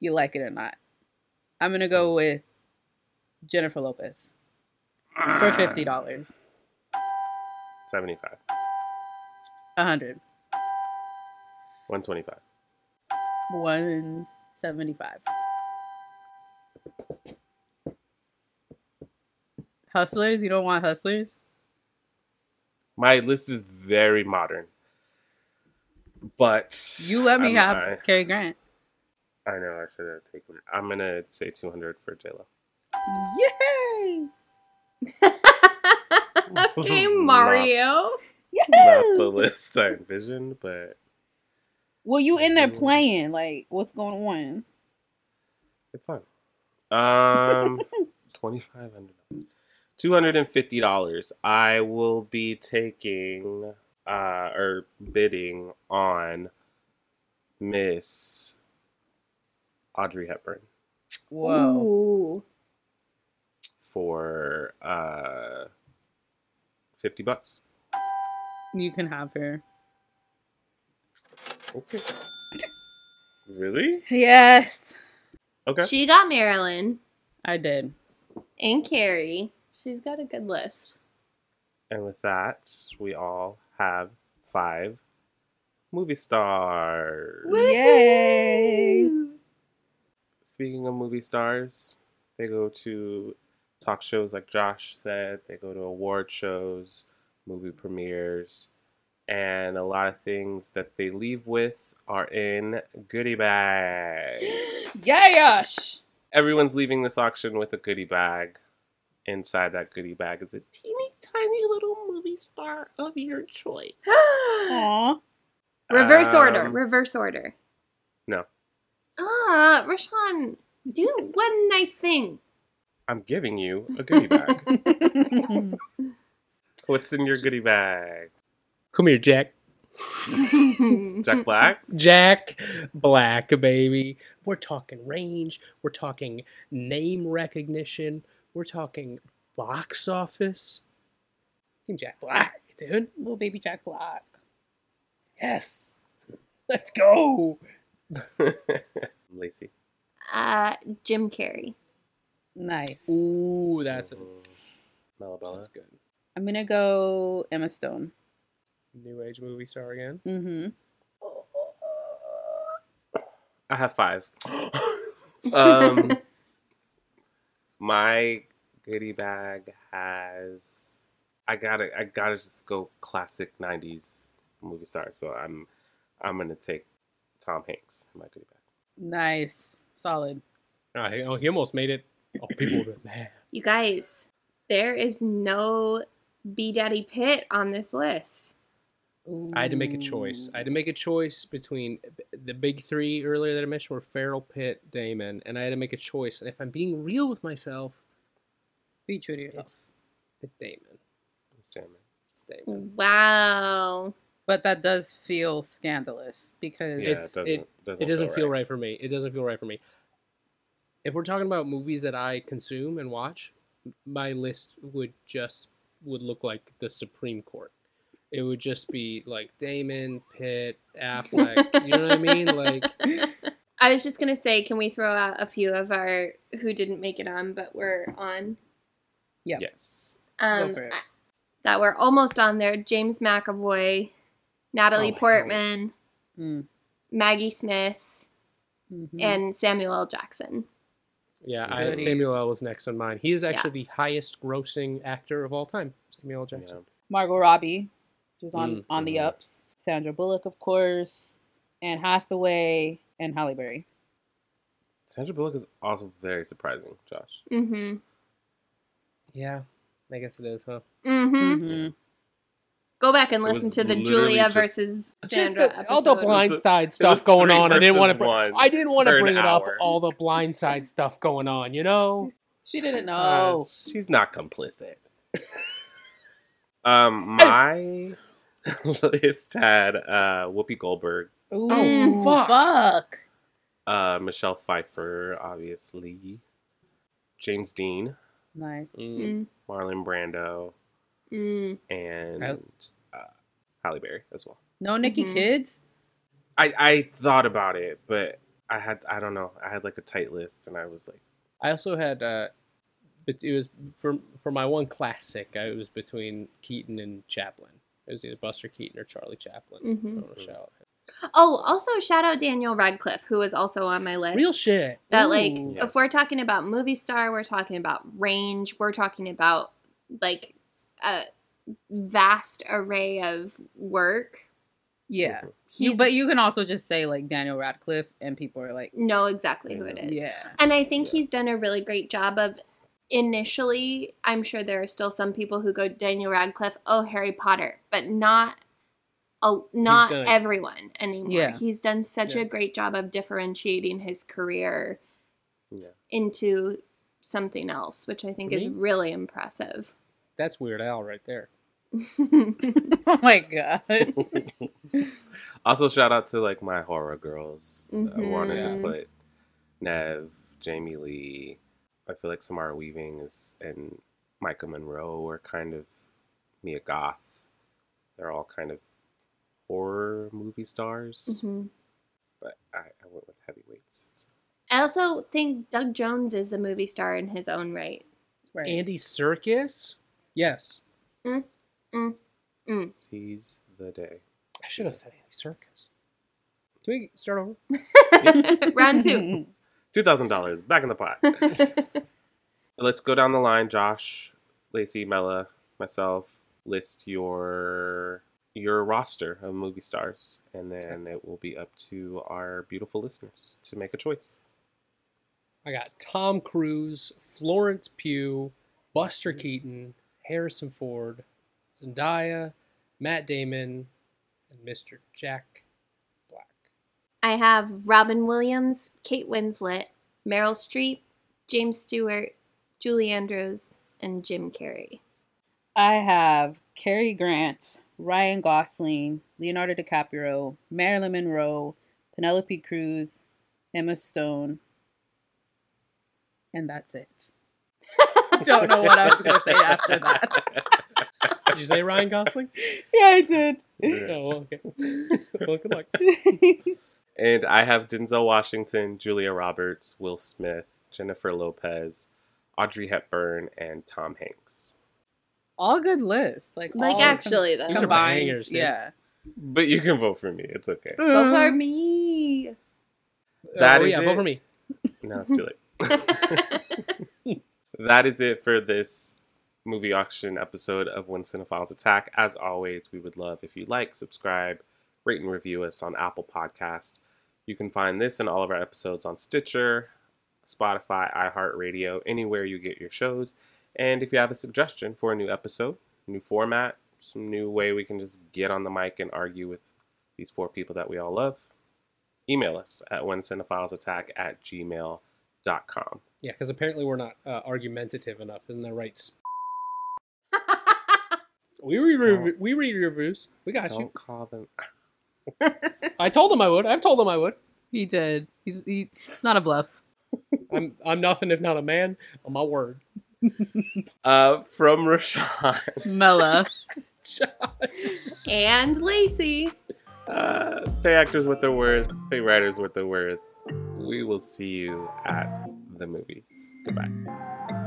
Speaker 2: you like it or not. I'm gonna go with Jennifer Lopez for fifty dollars,
Speaker 3: 75,
Speaker 2: a hundred,
Speaker 3: 125.
Speaker 2: one seventy-five. Hustlers, you don't want hustlers?
Speaker 3: My list is very modern. But
Speaker 2: You let me
Speaker 3: I'm-
Speaker 2: have
Speaker 3: I,
Speaker 2: Cary Grant.
Speaker 3: I know I should have taken it. I'm gonna say 200 for JLo.
Speaker 2: Yay!
Speaker 3: This
Speaker 5: okay,
Speaker 3: is
Speaker 5: Mario.
Speaker 3: Not the list I envisioned, but
Speaker 2: Well, you in there playing? Like, what's going on?
Speaker 3: it's fine. *laughs* Um, 2500 $250. I will be taking uh or bidding on Miss Audrey Hepburn.
Speaker 2: Whoa!
Speaker 5: Ooh.
Speaker 3: for uh 50 bucks.
Speaker 2: You can have her.
Speaker 3: Okay. Really?
Speaker 2: Yes,
Speaker 3: Okay.
Speaker 5: She got Marilyn
Speaker 2: I did.
Speaker 5: and Carrie. She's got a good list.
Speaker 3: And with that, we all have five movie stars.
Speaker 2: Yay!
Speaker 5: Ooh.
Speaker 3: Speaking of movie stars, they go to talk shows like Josh said, they go to award shows, movie premieres, and a lot of things that they leave with are in
Speaker 5: *gasps*
Speaker 3: goodie bags.
Speaker 2: Yes!
Speaker 3: everyone's leaving this auction with a goodie bag. Inside that goodie bag is a teeny tiny little movie star of your choice.
Speaker 2: Aw, *laughs*
Speaker 5: *gasps* Reverse order.
Speaker 3: Um,
Speaker 5: Reverse order.
Speaker 3: no.
Speaker 5: Ah, Rashawn, do one nice thing.
Speaker 3: I'm giving you a goodie
Speaker 5: *laughs*
Speaker 3: bag. What's in your goodie bag?
Speaker 4: Come here, Jack.
Speaker 3: Jack Black? *laughs*
Speaker 4: Jack Black, baby. We're talking range. We're talking name recognition. We're talking box office. Team Jack Black, dude.
Speaker 2: little baby Jack Black.
Speaker 4: Yes. Let's go.
Speaker 3: Lacey.
Speaker 5: *laughs* Uh, Jim Carrey.
Speaker 2: Nice.
Speaker 4: Ooh, that's a,
Speaker 3: Mm-hmm. Malabella.
Speaker 4: that's good.
Speaker 2: I'm gonna go Emma Stone.
Speaker 4: New age movie star again.
Speaker 2: Mm-hmm.
Speaker 3: I have five. um, my goodie bag has. I gotta. I gotta just go classic '90s movie star. So I'm. I'm gonna take Tom Hanks in my goodie bag.
Speaker 2: Nice, solid.
Speaker 4: Oh, he, oh, he almost made it. Oh, people were mad.
Speaker 5: You guys, there is no B Daddy Pitt on this list.
Speaker 4: I had to make a choice. I had to make a choice between the big three earlier that I mentioned were Farrell, Pitt, Damon, and I had to make a choice. And if I'm being real with myself,
Speaker 2: Be true to yourself.
Speaker 4: it's it's Damon.
Speaker 3: Let's jam it.
Speaker 4: It's
Speaker 5: Mm.
Speaker 4: Damon.
Speaker 5: Wow. *laughs*
Speaker 2: But that does feel scandalous because
Speaker 3: Yeah, it
Speaker 4: It's-
Speaker 3: doesn't.
Speaker 4: it-
Speaker 3: doesn't
Speaker 4: It doesn't feel right. for me. It doesn't feel right for me. If we're talking about movies that I consume and watch, m- my list would just would look like the Supreme Court. It would just be like Damon, Pitt,
Speaker 5: *laughs*
Speaker 4: Affleck. you know what I mean? Like
Speaker 5: I was just gonna say, can we throw out a few of our who didn't make it on but were on?
Speaker 2: Yeah.
Speaker 3: Yes.
Speaker 5: Um,
Speaker 2: for it.
Speaker 5: I- that were almost on there. James McAvoy, Natalie
Speaker 4: Oh, wow.
Speaker 5: Portman,
Speaker 2: Mm,
Speaker 5: Maggie Smith,
Speaker 4: Mm-hmm.
Speaker 2: mhm.
Speaker 5: and Samuel L. Jackson.
Speaker 4: Yeah, I,
Speaker 2: Goodies.
Speaker 4: Samuel L. was next on mine. He is actually the highest grossing actor of all time, Samuel L. Jackson.
Speaker 2: Margot Robbie, which is on
Speaker 4: Mm,
Speaker 2: on the
Speaker 3: mhm.
Speaker 2: ups. Sandra Bullock, of course, Anne Hathaway, and Halle Berry.
Speaker 3: Sandra Bullock is also very surprising, Josh.
Speaker 5: Mm-hmm.
Speaker 4: Yeah, I guess it is, huh?
Speaker 5: Mm-hmm.
Speaker 2: Mhm.
Speaker 5: Go back and
Speaker 3: It
Speaker 5: listen
Speaker 3: was
Speaker 5: to the
Speaker 3: literally
Speaker 5: Julia
Speaker 3: just-
Speaker 5: versus
Speaker 4: It's
Speaker 5: Sandra
Speaker 4: just the, all the
Speaker 5: episode.
Speaker 4: blindside
Speaker 3: It was
Speaker 4: stuff going
Speaker 3: three
Speaker 4: on. I didn't want to.
Speaker 3: versus one
Speaker 4: I didn't want
Speaker 3: for
Speaker 4: to
Speaker 3: an
Speaker 4: bring it up.
Speaker 3: hour.
Speaker 4: All the blindside stuff going on, you know.
Speaker 2: She didn't
Speaker 4: Uh,
Speaker 2: know.
Speaker 3: She's not *laughs* complicit. *laughs* um, my list had uh, Whoopi Goldberg
Speaker 2: Ooh,
Speaker 5: Mm.
Speaker 4: fuck.
Speaker 2: fuck.
Speaker 3: Uh, Michelle Pfeiffer, obviously. James Dean,
Speaker 2: Nice.
Speaker 4: Mm.
Speaker 5: Mm,
Speaker 3: Marlon Brando,
Speaker 5: mm.
Speaker 3: and
Speaker 4: I-
Speaker 3: uh, Halle Berry as well.
Speaker 2: No Nikki
Speaker 5: Mhm.
Speaker 2: Kids?
Speaker 3: I, I thought about it, but I had I don't know. I had like a tight list, and I was like,
Speaker 4: I also had, uh, but it was for for my one classic. I was between Keaton and Chaplin. It was either Buster Keaton or Charlie Chaplin.
Speaker 5: Mhm.
Speaker 4: I don't wanna shout.
Speaker 5: Oh, also shout out Daniel Radcliffe, who is also on my list.
Speaker 4: Real shit.
Speaker 5: That like,
Speaker 4: Ooh.
Speaker 3: Yeah.
Speaker 5: if we're talking about movie star, we're talking about range, we're talking about like a vast array of work.
Speaker 2: Yeah.
Speaker 5: He's
Speaker 2: You, but you can also just say like Daniel Radcliffe, and people are like,
Speaker 5: know exactly who it is.
Speaker 2: yeah.
Speaker 5: And I think
Speaker 3: Yeah.
Speaker 5: he's done a really great job of initially, I'm sure there are still some people who go Daniel Radcliffe, oh Harry Potter, but not a, not
Speaker 4: done a-
Speaker 5: everyone anymore.
Speaker 2: Yeah.
Speaker 5: He's done such
Speaker 4: Yeah.
Speaker 5: a great job of differentiating his career
Speaker 3: Yeah.
Speaker 5: into something else, which I think
Speaker 4: For
Speaker 5: is
Speaker 4: me?
Speaker 5: really impressive. *laughs*
Speaker 4: That's Weird Al right there.
Speaker 2: *laughs*
Speaker 4: Mm-hmm.
Speaker 2: oh my *laughs* god.
Speaker 3: *laughs* also shout out to like my horror girls. I wanted
Speaker 5: Mhm.
Speaker 3: to put Nev, Jamie Lee. I feel like Samara Weaving is and Micah Monroe are kind of Mia Goth. They're all kind of horror movie stars,
Speaker 5: Mhm.
Speaker 3: but I, I went with heavyweights.
Speaker 5: I also think Doug Jones is a movie star in his own right.
Speaker 2: Right.
Speaker 4: Andy Circus. Yes.
Speaker 3: Seize the day.
Speaker 4: I should have said Andy Circus. Can we start over?
Speaker 5: *laughs* Round
Speaker 2: *laughs*
Speaker 5: two.
Speaker 3: Two thousand dollars back in the pot. Let's go down the line, Josh, Lacey, Mella, myself. List your your roster of movie stars, and then it will be up to our beautiful listeners to make a choice.
Speaker 4: I got Tom Cruise, Florence Pugh, Buster Keaton, Harrison Ford, Zendaya, Matt Damon, and Mr. Jack Black.
Speaker 5: I have Robin Williams, Kate Winslet, Meryl Streep, James Stewart, Julie Andrews, and Jim Carrey.
Speaker 2: I have Cary Grant, Ryan Gosling, Leonardo DiCaprio, Marilyn Monroe, Penelope Cruz, Emma Stone, and that's it. *laughs* Don't know what I was gonna say after that. *laughs*
Speaker 4: Did you say Ryan Gosling?
Speaker 6: Yeah, I did.
Speaker 3: *laughs* Yeah.
Speaker 4: Oh, okay. *laughs* well, good luck. Uh,
Speaker 3: And I have Denzel Washington, Julia Roberts, Will Smith, Jennifer Lopez, Audrey Hepburn, and Tom Hanks.
Speaker 2: All good lists, like
Speaker 5: Like,
Speaker 2: all
Speaker 5: actually,
Speaker 2: com-
Speaker 4: These are
Speaker 5: though.
Speaker 2: combined,
Speaker 4: bangers, dude.
Speaker 2: yeah.
Speaker 3: But you can vote for me. It's okay.
Speaker 5: Go for me. *laughs*
Speaker 3: That
Speaker 4: oh,
Speaker 3: is
Speaker 4: yeah, vote
Speaker 3: it.
Speaker 4: for me.
Speaker 3: Now it's too late. that is it for this movie auction episode of When Cinephiles Attack. As always, we would love if you like, subscribe, rate, and review us on Apple Podcast. You can find this and all of our episodes on Stitcher, Spotify, iHeartRadio, anywhere you get your shows. And if you have a suggestion for a new episode, new format, some new way we can just get on the mic and argue with these four people that we all love, email us at whencinephilesattack at gmail.com.
Speaker 4: Yeah, because apparently we're not uh, argumentative enough. Isn't that right? Sp- We read, rev-
Speaker 3: Don't-
Speaker 4: we read reviews. We got
Speaker 3: Don't
Speaker 4: you.
Speaker 3: call them.
Speaker 4: I told them I would. I've told them I would.
Speaker 2: He did. He's he, it's not a bluff.
Speaker 4: I'm I'm nothing if not a man. On my word. *laughs*
Speaker 3: Uh, from Rashawn.
Speaker 2: Mella.
Speaker 5: and Lacey.
Speaker 3: *laughs* Uh, pay actors what they're worth. Pay writers what they're worth. We will see you at the movies. Goodbye.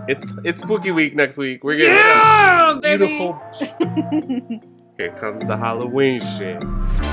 Speaker 3: It's it's spooky week next week. We're getting
Speaker 4: Beautiful
Speaker 3: spooky. Here comes the Halloween shit.